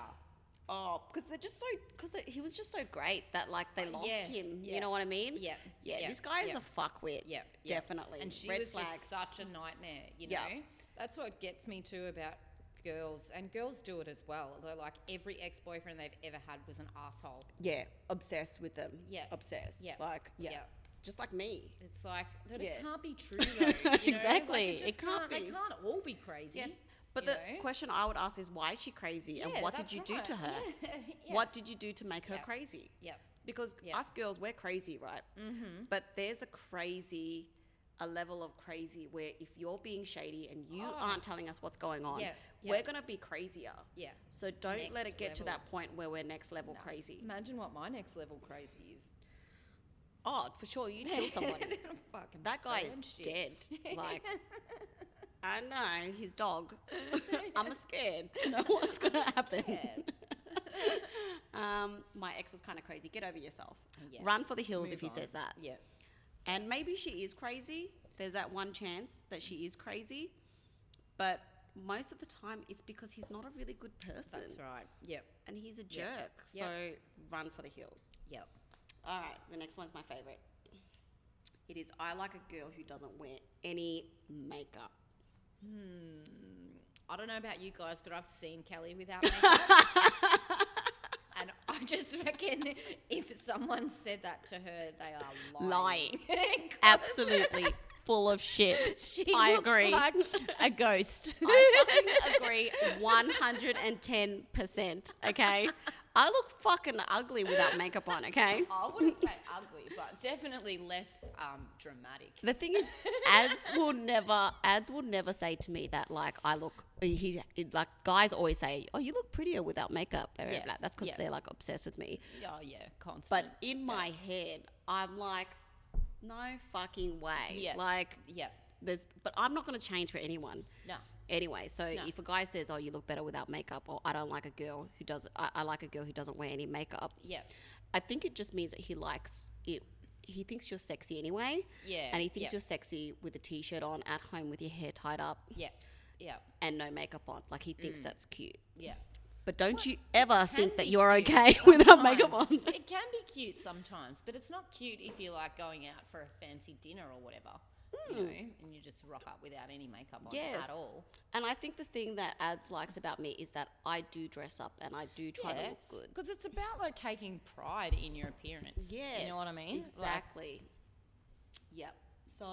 Speaker 2: Oh, because they're just so because he was just so great that like they lost
Speaker 1: yeah,
Speaker 2: him.
Speaker 1: yeah.
Speaker 2: You know what I mean?
Speaker 1: Yeah,
Speaker 2: Yeah.
Speaker 1: yeah,
Speaker 2: this guy is
Speaker 1: yeah.
Speaker 2: a fuckwit.
Speaker 1: Yeah, yeah.
Speaker 2: Definitely.
Speaker 1: And she
Speaker 2: Red
Speaker 1: was
Speaker 2: flag.
Speaker 1: just such a nightmare, you know?
Speaker 2: Yeah.
Speaker 1: That's what gets me too about girls, and girls do it as well. They're like, every ex boyfriend they've ever had was an asshole.
Speaker 2: yeah, obsessed with them.
Speaker 1: Yeah.
Speaker 2: Obsessed.
Speaker 1: Yeah.
Speaker 2: Like yeah.
Speaker 1: Yeah.
Speaker 2: Just like me.
Speaker 1: It's like, but it
Speaker 2: Yeah.
Speaker 1: can't be
Speaker 2: *laughs*
Speaker 1: true, though. You know? Like,
Speaker 2: Exactly,
Speaker 1: just
Speaker 2: it can't
Speaker 1: They
Speaker 2: be.
Speaker 1: can't all be crazy.
Speaker 2: Yes. But
Speaker 1: you
Speaker 2: the
Speaker 1: know?
Speaker 2: question I would ask is why is she crazy
Speaker 1: Yeah,
Speaker 2: and what did
Speaker 1: that's
Speaker 2: you do to
Speaker 1: right.
Speaker 2: her?
Speaker 1: Yeah, *laughs* yeah.
Speaker 2: What did you do to make her
Speaker 1: Yeah.
Speaker 2: crazy?
Speaker 1: Yep.
Speaker 2: Because
Speaker 1: Yeah.
Speaker 2: us girls, we're crazy, right? Mm-hmm. But there's a crazy, a level of crazy where if you're being shady and you
Speaker 1: Oh.
Speaker 2: aren't telling us what's going on,
Speaker 1: Yeah, yeah.
Speaker 2: we're gonna be crazier.
Speaker 1: Yeah.
Speaker 2: So don't let
Speaker 1: Next
Speaker 2: it get to
Speaker 1: level.
Speaker 2: that point where we're next level crazy.
Speaker 1: Imagine what my next level crazy is.
Speaker 2: Oh, for sure, you'd kill
Speaker 1: *laughs*
Speaker 2: somebody.
Speaker 1: Fucking
Speaker 2: that guy is
Speaker 1: burn shit. *laughs*
Speaker 2: dead. Like, I know his
Speaker 1: *laughs*
Speaker 2: dog. I'm scared *laughs* to know what's gonna happen. *laughs* um, my ex was kind of crazy. Get over yourself.
Speaker 1: Yeah.
Speaker 2: Run for the hills if he
Speaker 1: Move on.
Speaker 2: says that.
Speaker 1: Yeah.
Speaker 2: And maybe she is crazy. There's that one chance that she is crazy. But most of the time, it's because he's not a really good person.
Speaker 1: That's right. Yep.
Speaker 2: And he's a jerk.
Speaker 1: Yeah. Yeah.
Speaker 2: So run for the hills.
Speaker 1: Yep.
Speaker 2: All right, the next one's my favorite. It is I like a girl who doesn't wear any makeup.
Speaker 1: I don't know about you guys, but I've seen Kelly
Speaker 2: *laughs*
Speaker 1: without makeup. and I just reckon if someone said that to her, they are *laughs* lying. Lying. *laughs*
Speaker 2: Absolutely full of shit.
Speaker 1: She
Speaker 2: I
Speaker 1: looks
Speaker 2: agree.
Speaker 1: like a *laughs* ghost.
Speaker 2: I fucking agree 110%. Okay. I look fucking ugly without makeup on, okay?
Speaker 1: I wouldn't say ugly, but definitely less um, dramatic.
Speaker 2: The thing is,
Speaker 1: *laughs*
Speaker 2: ads will never ads will never say to me that like I look he it- like guys always say, oh you look prettier without makeup. Blah, blah,
Speaker 1: Yeah.
Speaker 2: blah. That's because
Speaker 1: Yeah.
Speaker 2: they're like obsessed with me.
Speaker 1: Oh yeah, constant.
Speaker 2: But in my head, I'm like, no fucking way.
Speaker 1: Yeah.
Speaker 2: Like
Speaker 1: yeah,
Speaker 2: there's, but I'm not gonna change for anyone.
Speaker 1: no,
Speaker 2: Anyway, so
Speaker 1: No.
Speaker 2: if a guy says, "Oh, you look better without makeup," or "I don't like a girl who does," I, I like a girl who doesn't wear any makeup.
Speaker 1: yeah,
Speaker 2: I think it just means that he likes it. He thinks you're sexy anyway.
Speaker 1: Yeah,
Speaker 2: And he thinks
Speaker 1: yeah.
Speaker 2: you're sexy with a t-shirt on at home with your hair tied up
Speaker 1: yeah, yeah,
Speaker 2: and no makeup on. Like he thinks that's cute.
Speaker 1: yeah.
Speaker 2: But don't you ever think that
Speaker 1: Mm. be
Speaker 2: you're
Speaker 1: cute
Speaker 2: okay *laughs* without makeup on.
Speaker 1: Sometimes. It can be cute sometimes, but it's not cute if you're like going out for a fancy dinner or whatever, you know, and you just rock up without any makeup on
Speaker 2: Mm. Yes.
Speaker 1: at all.
Speaker 2: And I think the thing that ads likes about me is that I do dress up and I do try to look good.
Speaker 1: because it's about like taking pride in your appearance.
Speaker 2: Yes.
Speaker 1: you know what I mean. Like, Hmm.
Speaker 2: Exactly. yep. So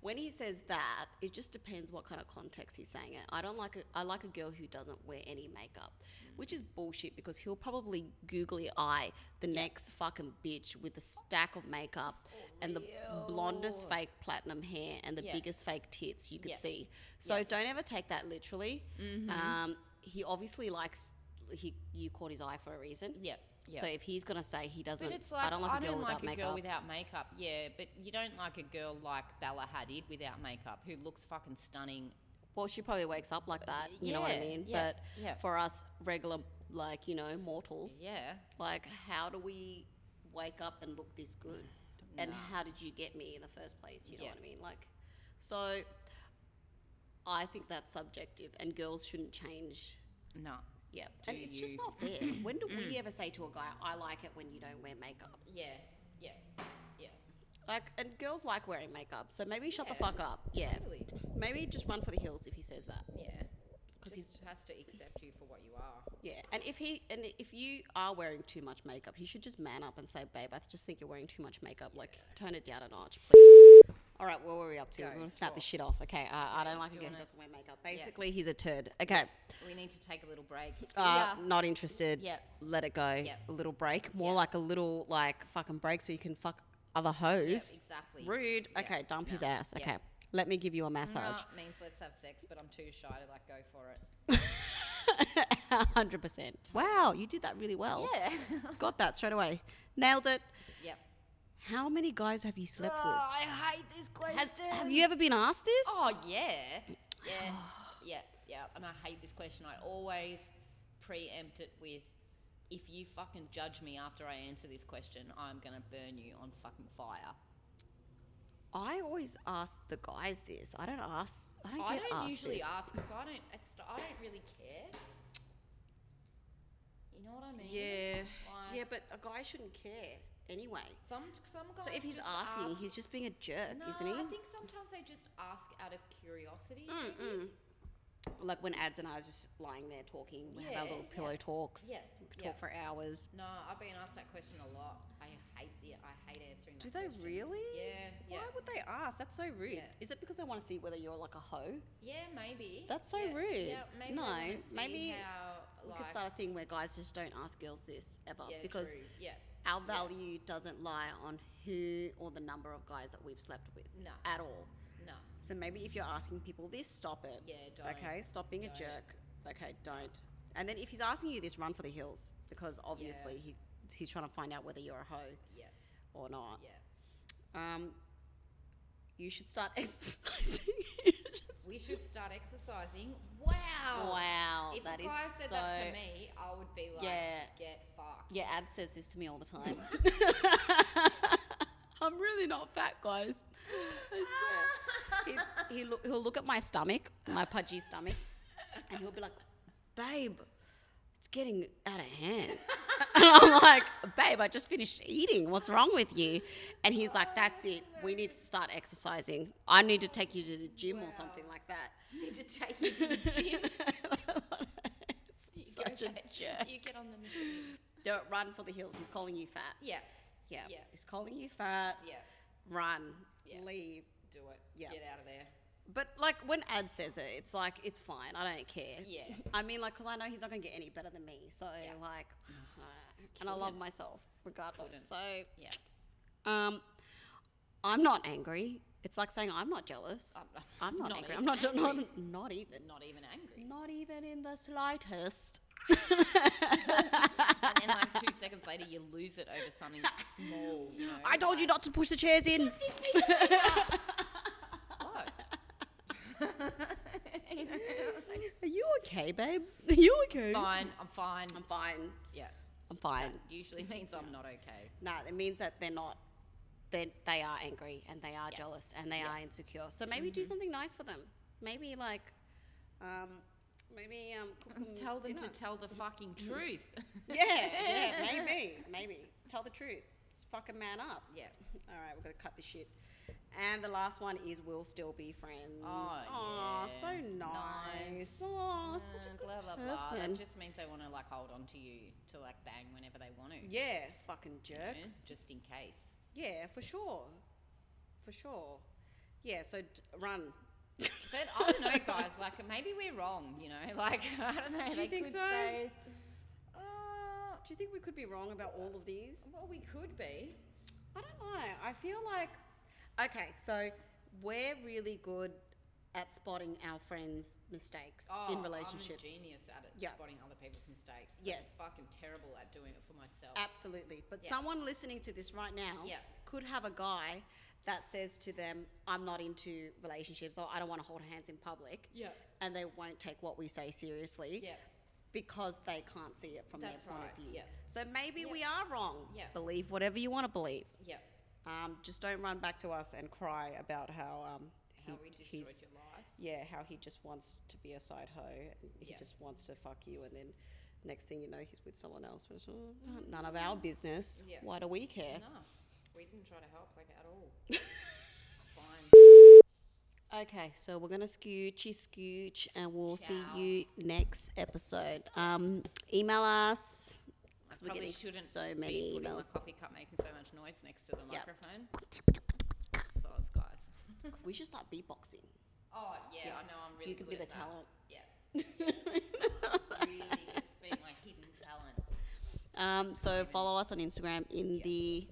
Speaker 2: when he says that, it just depends what kind of context he's saying it. I don't like a, I like a girl who doesn't wear any makeup, which is bullshit because he'll probably googly eye the next fucking bitch with a stack of makeup and the blondest fake platinum hair and the
Speaker 1: Yeah.
Speaker 2: biggest fake tits you could
Speaker 1: Yeah. Mm-hmm.
Speaker 2: see. So don't ever take that literally. Um, he obviously likes he you caught his eye for a reason.
Speaker 1: yeah, yeah.
Speaker 2: So if he's gonna say he doesn't,
Speaker 1: But it's like
Speaker 2: I don't like a girl without
Speaker 1: a girl
Speaker 2: makeup.
Speaker 1: without makeup. Yeah, but you don't like a girl like Bella Hadid without makeup, who looks fucking stunning.
Speaker 2: well, she probably wakes up like that. You know what I
Speaker 1: Yeah,
Speaker 2: mean?
Speaker 1: yeah,
Speaker 2: but
Speaker 1: yeah.
Speaker 2: for us regular, like you know, mortals,
Speaker 1: Yeah,
Speaker 2: like how do we wake up and look this good? And how did you get me in the first place? You know
Speaker 1: Yeah.
Speaker 2: what I mean? Like, so I think that's subjective, and girls shouldn't change.
Speaker 1: no.
Speaker 2: Yeah, and
Speaker 1: Do
Speaker 2: it's just
Speaker 1: you-
Speaker 2: not *clears throat* fair. when do we ever say to a guy, "I like it when you don't wear makeup"?
Speaker 1: Yeah, yeah, yeah.
Speaker 2: Like, and girls like wearing makeup, so maybe shut the
Speaker 1: Yeah.
Speaker 2: fuck up. Yeah.
Speaker 1: Totally.
Speaker 2: Maybe just run for the hills if he says that.
Speaker 1: Yeah.
Speaker 2: 'Cause
Speaker 1: Because he has to accept you for what you are.
Speaker 2: Yeah, and if he and if you are wearing too much makeup, he should just man up and say, "Babe, I just think you're wearing too much makeup. Like, turn it down a notch." Please. All right, what were we up to?
Speaker 1: Go,
Speaker 2: We're gonna snap
Speaker 1: go.
Speaker 2: this shit off. Okay, uh, I don't like a
Speaker 1: do you
Speaker 2: guy who
Speaker 1: wanna-
Speaker 2: doesn't wear makeup. Basically, he's a turd. Okay,
Speaker 1: We need to take a little break.
Speaker 2: uh,
Speaker 1: yeah.
Speaker 2: not interested.
Speaker 1: Yep.
Speaker 2: let it go.
Speaker 1: Yep.
Speaker 2: A little break, more like a little like fucking break, so you can fuck other hoes.
Speaker 1: exactly.
Speaker 2: Rude.
Speaker 1: Yep.
Speaker 2: Okay, dump his
Speaker 1: No.
Speaker 2: ass.
Speaker 1: Yep.
Speaker 2: Okay, let me give you a massage. *laughs*
Speaker 1: Nah, means let's have sex, but I'm too shy to like go for it.
Speaker 2: Hundred percent. Wow, you did that really well.
Speaker 1: Yeah.
Speaker 2: Got that straight away. Nailed it.
Speaker 1: *laughs* yep. Oh,
Speaker 2: How many guys have you slept with?
Speaker 1: I hate this question.
Speaker 2: Has, have you ever been asked this?
Speaker 1: Oh yeah, yeah,
Speaker 2: *sighs*
Speaker 1: yeah, yeah. And I hate this question. I always preempt it with, "If you fucking judge me after I answer this question, I'm gonna burn you on fucking fire."
Speaker 2: I always ask the guys this. I don't ask. I don't
Speaker 1: I
Speaker 2: get
Speaker 1: don't
Speaker 2: asked
Speaker 1: usually
Speaker 2: this.
Speaker 1: ask 'cause ask because I don't. It's, I don't really care. You know what I mean?
Speaker 2: Yeah.
Speaker 1: Like-
Speaker 2: Yeah, but a guy shouldn't care anyway.
Speaker 1: Some some guys.
Speaker 2: So if he's
Speaker 1: just
Speaker 2: asking,
Speaker 1: ask-
Speaker 2: he's just being a jerk,
Speaker 1: no,
Speaker 2: isn't he? Mm.
Speaker 1: I think sometimes they just ask out of curiosity.
Speaker 2: Mm-mm. Like when ads and I was just lying there talking, we had our
Speaker 1: Yeah,
Speaker 2: little
Speaker 1: yeah.
Speaker 2: pillow talks.
Speaker 1: Yeah,
Speaker 2: We could
Speaker 1: yeah.
Speaker 2: talk for hours.
Speaker 1: No, I've been asked that question a lot. I hate the I hate answering.
Speaker 2: Do
Speaker 1: that
Speaker 2: they
Speaker 1: question.
Speaker 2: really?
Speaker 1: Yeah,
Speaker 2: Why
Speaker 1: yeah,
Speaker 2: would they ask? That's so rude.
Speaker 1: Yeah.
Speaker 2: Is it because they want to see whether you're like a hoe?
Speaker 1: yeah. Maybe
Speaker 2: That's so
Speaker 1: Yeah,
Speaker 2: rude.
Speaker 1: Yeah, maybe
Speaker 2: No,
Speaker 1: they wanna see
Speaker 2: maybe
Speaker 1: how,
Speaker 2: We
Speaker 1: like,
Speaker 2: could start a thing where guys just don't ask girls this ever
Speaker 1: yeah,
Speaker 2: because
Speaker 1: true. yeah,
Speaker 2: our value doesn't lie on who or the number of guys that we've slept with
Speaker 1: no,
Speaker 2: at all.
Speaker 1: no,
Speaker 2: So maybe if you're asking people this, stop it.
Speaker 1: yeah, don't.
Speaker 2: Okay, stop being
Speaker 1: Don't.
Speaker 2: a jerk. Okay, don't. And then if he's asking you this, run for the hills because obviously he he's trying to find out whether you're a hoe
Speaker 1: Yeah,
Speaker 2: or not.
Speaker 1: yeah.
Speaker 2: Um, you should start *laughs* exercising. You should-
Speaker 1: We should start exercising. Wow.
Speaker 2: wow,
Speaker 1: If
Speaker 2: Oh, that
Speaker 1: a
Speaker 2: is
Speaker 1: guy said
Speaker 2: so.
Speaker 1: that to me, I would be like,
Speaker 2: Yeah.
Speaker 1: get fucked.
Speaker 2: Yeah, Ab says this to me all the time. *laughs* I'm really not fat, guys. I swear. he, he look, he'll look at my stomach, my pudgy stomach, and he'll be like, babe, it's getting out of hand. *laughs* and I'm like, babe, I just finished eating. What's wrong with you? And he's like, that's it. We need to start exercising. I need to take you to the gym or something like that.
Speaker 1: *laughs*
Speaker 2: *laughs*
Speaker 1: need to take you to the gym. You go
Speaker 2: Such a
Speaker 1: back-
Speaker 2: jerk.
Speaker 1: You get on the machine.
Speaker 2: Don't run for the hills. He's calling you fat.
Speaker 1: Yeah,
Speaker 2: Yeah.
Speaker 1: Yeah.
Speaker 2: He's calling you fat.
Speaker 1: yeah.
Speaker 2: Run.
Speaker 1: Yeah.
Speaker 2: Leave.
Speaker 1: Do it.
Speaker 2: Yeah.
Speaker 1: Get out of there.
Speaker 2: But like when Ad says it, it's like it's fine. I don't care.
Speaker 1: Yeah.
Speaker 2: I mean, like, cause I know he's not gonna get any better than me. So
Speaker 1: Yeah.
Speaker 2: like, *sighs* and I love myself regardless. So,
Speaker 1: Yeah.
Speaker 2: um, I'm not angry. It's like saying I'm not jealous.
Speaker 1: I'm not-
Speaker 2: I'm not,
Speaker 1: not
Speaker 2: angry. I'm
Speaker 1: even
Speaker 2: not,
Speaker 1: angry.
Speaker 2: not not even
Speaker 1: Not even
Speaker 2: *laughs*
Speaker 1: angry.
Speaker 2: not even in the slightest.
Speaker 1: and then like two seconds later, you lose it over something small. You know?
Speaker 2: I told you not to push the chairs
Speaker 1: *laughs*
Speaker 2: in.
Speaker 1: Oh.
Speaker 2: Are you okay, babe? Are you okay?
Speaker 1: fine. I'm fine.
Speaker 2: I'm fine.
Speaker 1: yeah.
Speaker 2: I'm fine.
Speaker 1: Usually means I'm not okay.
Speaker 2: No, it means that they're not. They they are angry and they are jealous and they are insecure. So maybe do
Speaker 1: Mm-hmm.
Speaker 2: something nice for them. Maybe like, um, maybe um, cook them
Speaker 1: Tell them to
Speaker 2: dinner.
Speaker 1: tell the fucking
Speaker 2: Mm.
Speaker 1: truth. *laughs*
Speaker 2: *laughs* yeah, yeah, maybe, maybe tell the truth. Just fuck a man up.
Speaker 1: yeah.
Speaker 2: *laughs* All right, we're gonna cut this shit. And the last one is we'll still be friends.
Speaker 1: Oh,
Speaker 2: Aw,
Speaker 1: yeah.
Speaker 2: so nice.
Speaker 1: Nice.
Speaker 2: Aw,
Speaker 1: Uh,
Speaker 2: such a good
Speaker 1: blah blah blah.
Speaker 2: person.
Speaker 1: That just means they want to like hold on to you to like bang whenever they want to.
Speaker 2: yeah, fucking jerks.
Speaker 1: you know, just in case.
Speaker 2: Yeah, for sure. For sure. Yeah, so d- run.
Speaker 1: But
Speaker 2: *laughs*
Speaker 1: I don't know, guys. Like maybe we're wrong. You know, *laughs* like I don't know.
Speaker 2: Do you
Speaker 1: they
Speaker 2: think
Speaker 1: could
Speaker 2: so?
Speaker 1: say, uh,
Speaker 2: Do you think we could be wrong about all of these?
Speaker 1: well, we could be.
Speaker 2: I don't know. I feel like. Okay, so we're really good at spotting our friends' mistakes
Speaker 1: Oh,
Speaker 2: in relationships.
Speaker 1: I'm a genius at it,
Speaker 2: Yeah.
Speaker 1: spotting other people's mistakes. But
Speaker 2: Yes.
Speaker 1: I'm fucking terrible at doing it for myself.
Speaker 2: Absolutely. But
Speaker 1: Yeah.
Speaker 2: someone listening to this right now
Speaker 1: Yeah.
Speaker 2: could have a guy that says to them, I'm not into relationships or I don't want to hold hands in public.
Speaker 1: yeah.
Speaker 2: And they won't take what we say seriously.
Speaker 1: Yeah.
Speaker 2: because they can't see it from
Speaker 1: That's
Speaker 2: their point
Speaker 1: right,
Speaker 2: of view.
Speaker 1: yeah.
Speaker 2: So maybe
Speaker 1: Yeah.
Speaker 2: we are wrong.
Speaker 1: Yeah.
Speaker 2: Believe whatever you want to believe.
Speaker 1: Yeah.
Speaker 2: Um, just don't run back to us and cry about how um,
Speaker 1: How
Speaker 2: he-
Speaker 1: we
Speaker 2: he's-
Speaker 1: destroyed your life.
Speaker 2: yeah, how he just wants to be a side hoe. and He
Speaker 1: Yeah.
Speaker 2: just wants to fuck you, and then next thing you know, he's with someone else. But it's, "Oh, none of our business.
Speaker 1: Mm-hmm. Yeah.
Speaker 2: Why do we care?
Speaker 1: No, we didn't try to help like
Speaker 2: *laughs*
Speaker 1: at all. Fine.
Speaker 2: Okay, so we're gonna scoochy scooch, and we'll
Speaker 1: Ciao.
Speaker 2: see you next episode. Um, email us.
Speaker 1: I
Speaker 2: 'cause we're
Speaker 1: probably
Speaker 2: getting
Speaker 1: shouldn't
Speaker 2: so
Speaker 1: be
Speaker 2: many
Speaker 1: putting my
Speaker 2: emails.
Speaker 1: coffee cup making so much noise next to the
Speaker 2: Yeah.
Speaker 1: microphone.
Speaker 2: *laughs*
Speaker 1: So it's guys.
Speaker 2: We should start beatboxing.
Speaker 1: Oh yeah, I know I'm really.
Speaker 2: you could be
Speaker 1: good
Speaker 2: the
Speaker 1: at that.
Speaker 2: talent.
Speaker 1: Yeah. really, it's been my hidden talent.
Speaker 2: Um, so follow us on Instagram in the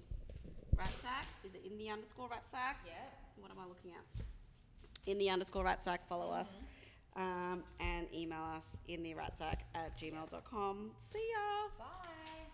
Speaker 2: rat sack. Is it in the underscore rat sack?
Speaker 1: Yeah.
Speaker 2: What am I looking at? In the underscore rat sack, follow us. Mm-hmm. Um, and email us in the rat sack at gmail.com. See ya.
Speaker 1: Bye.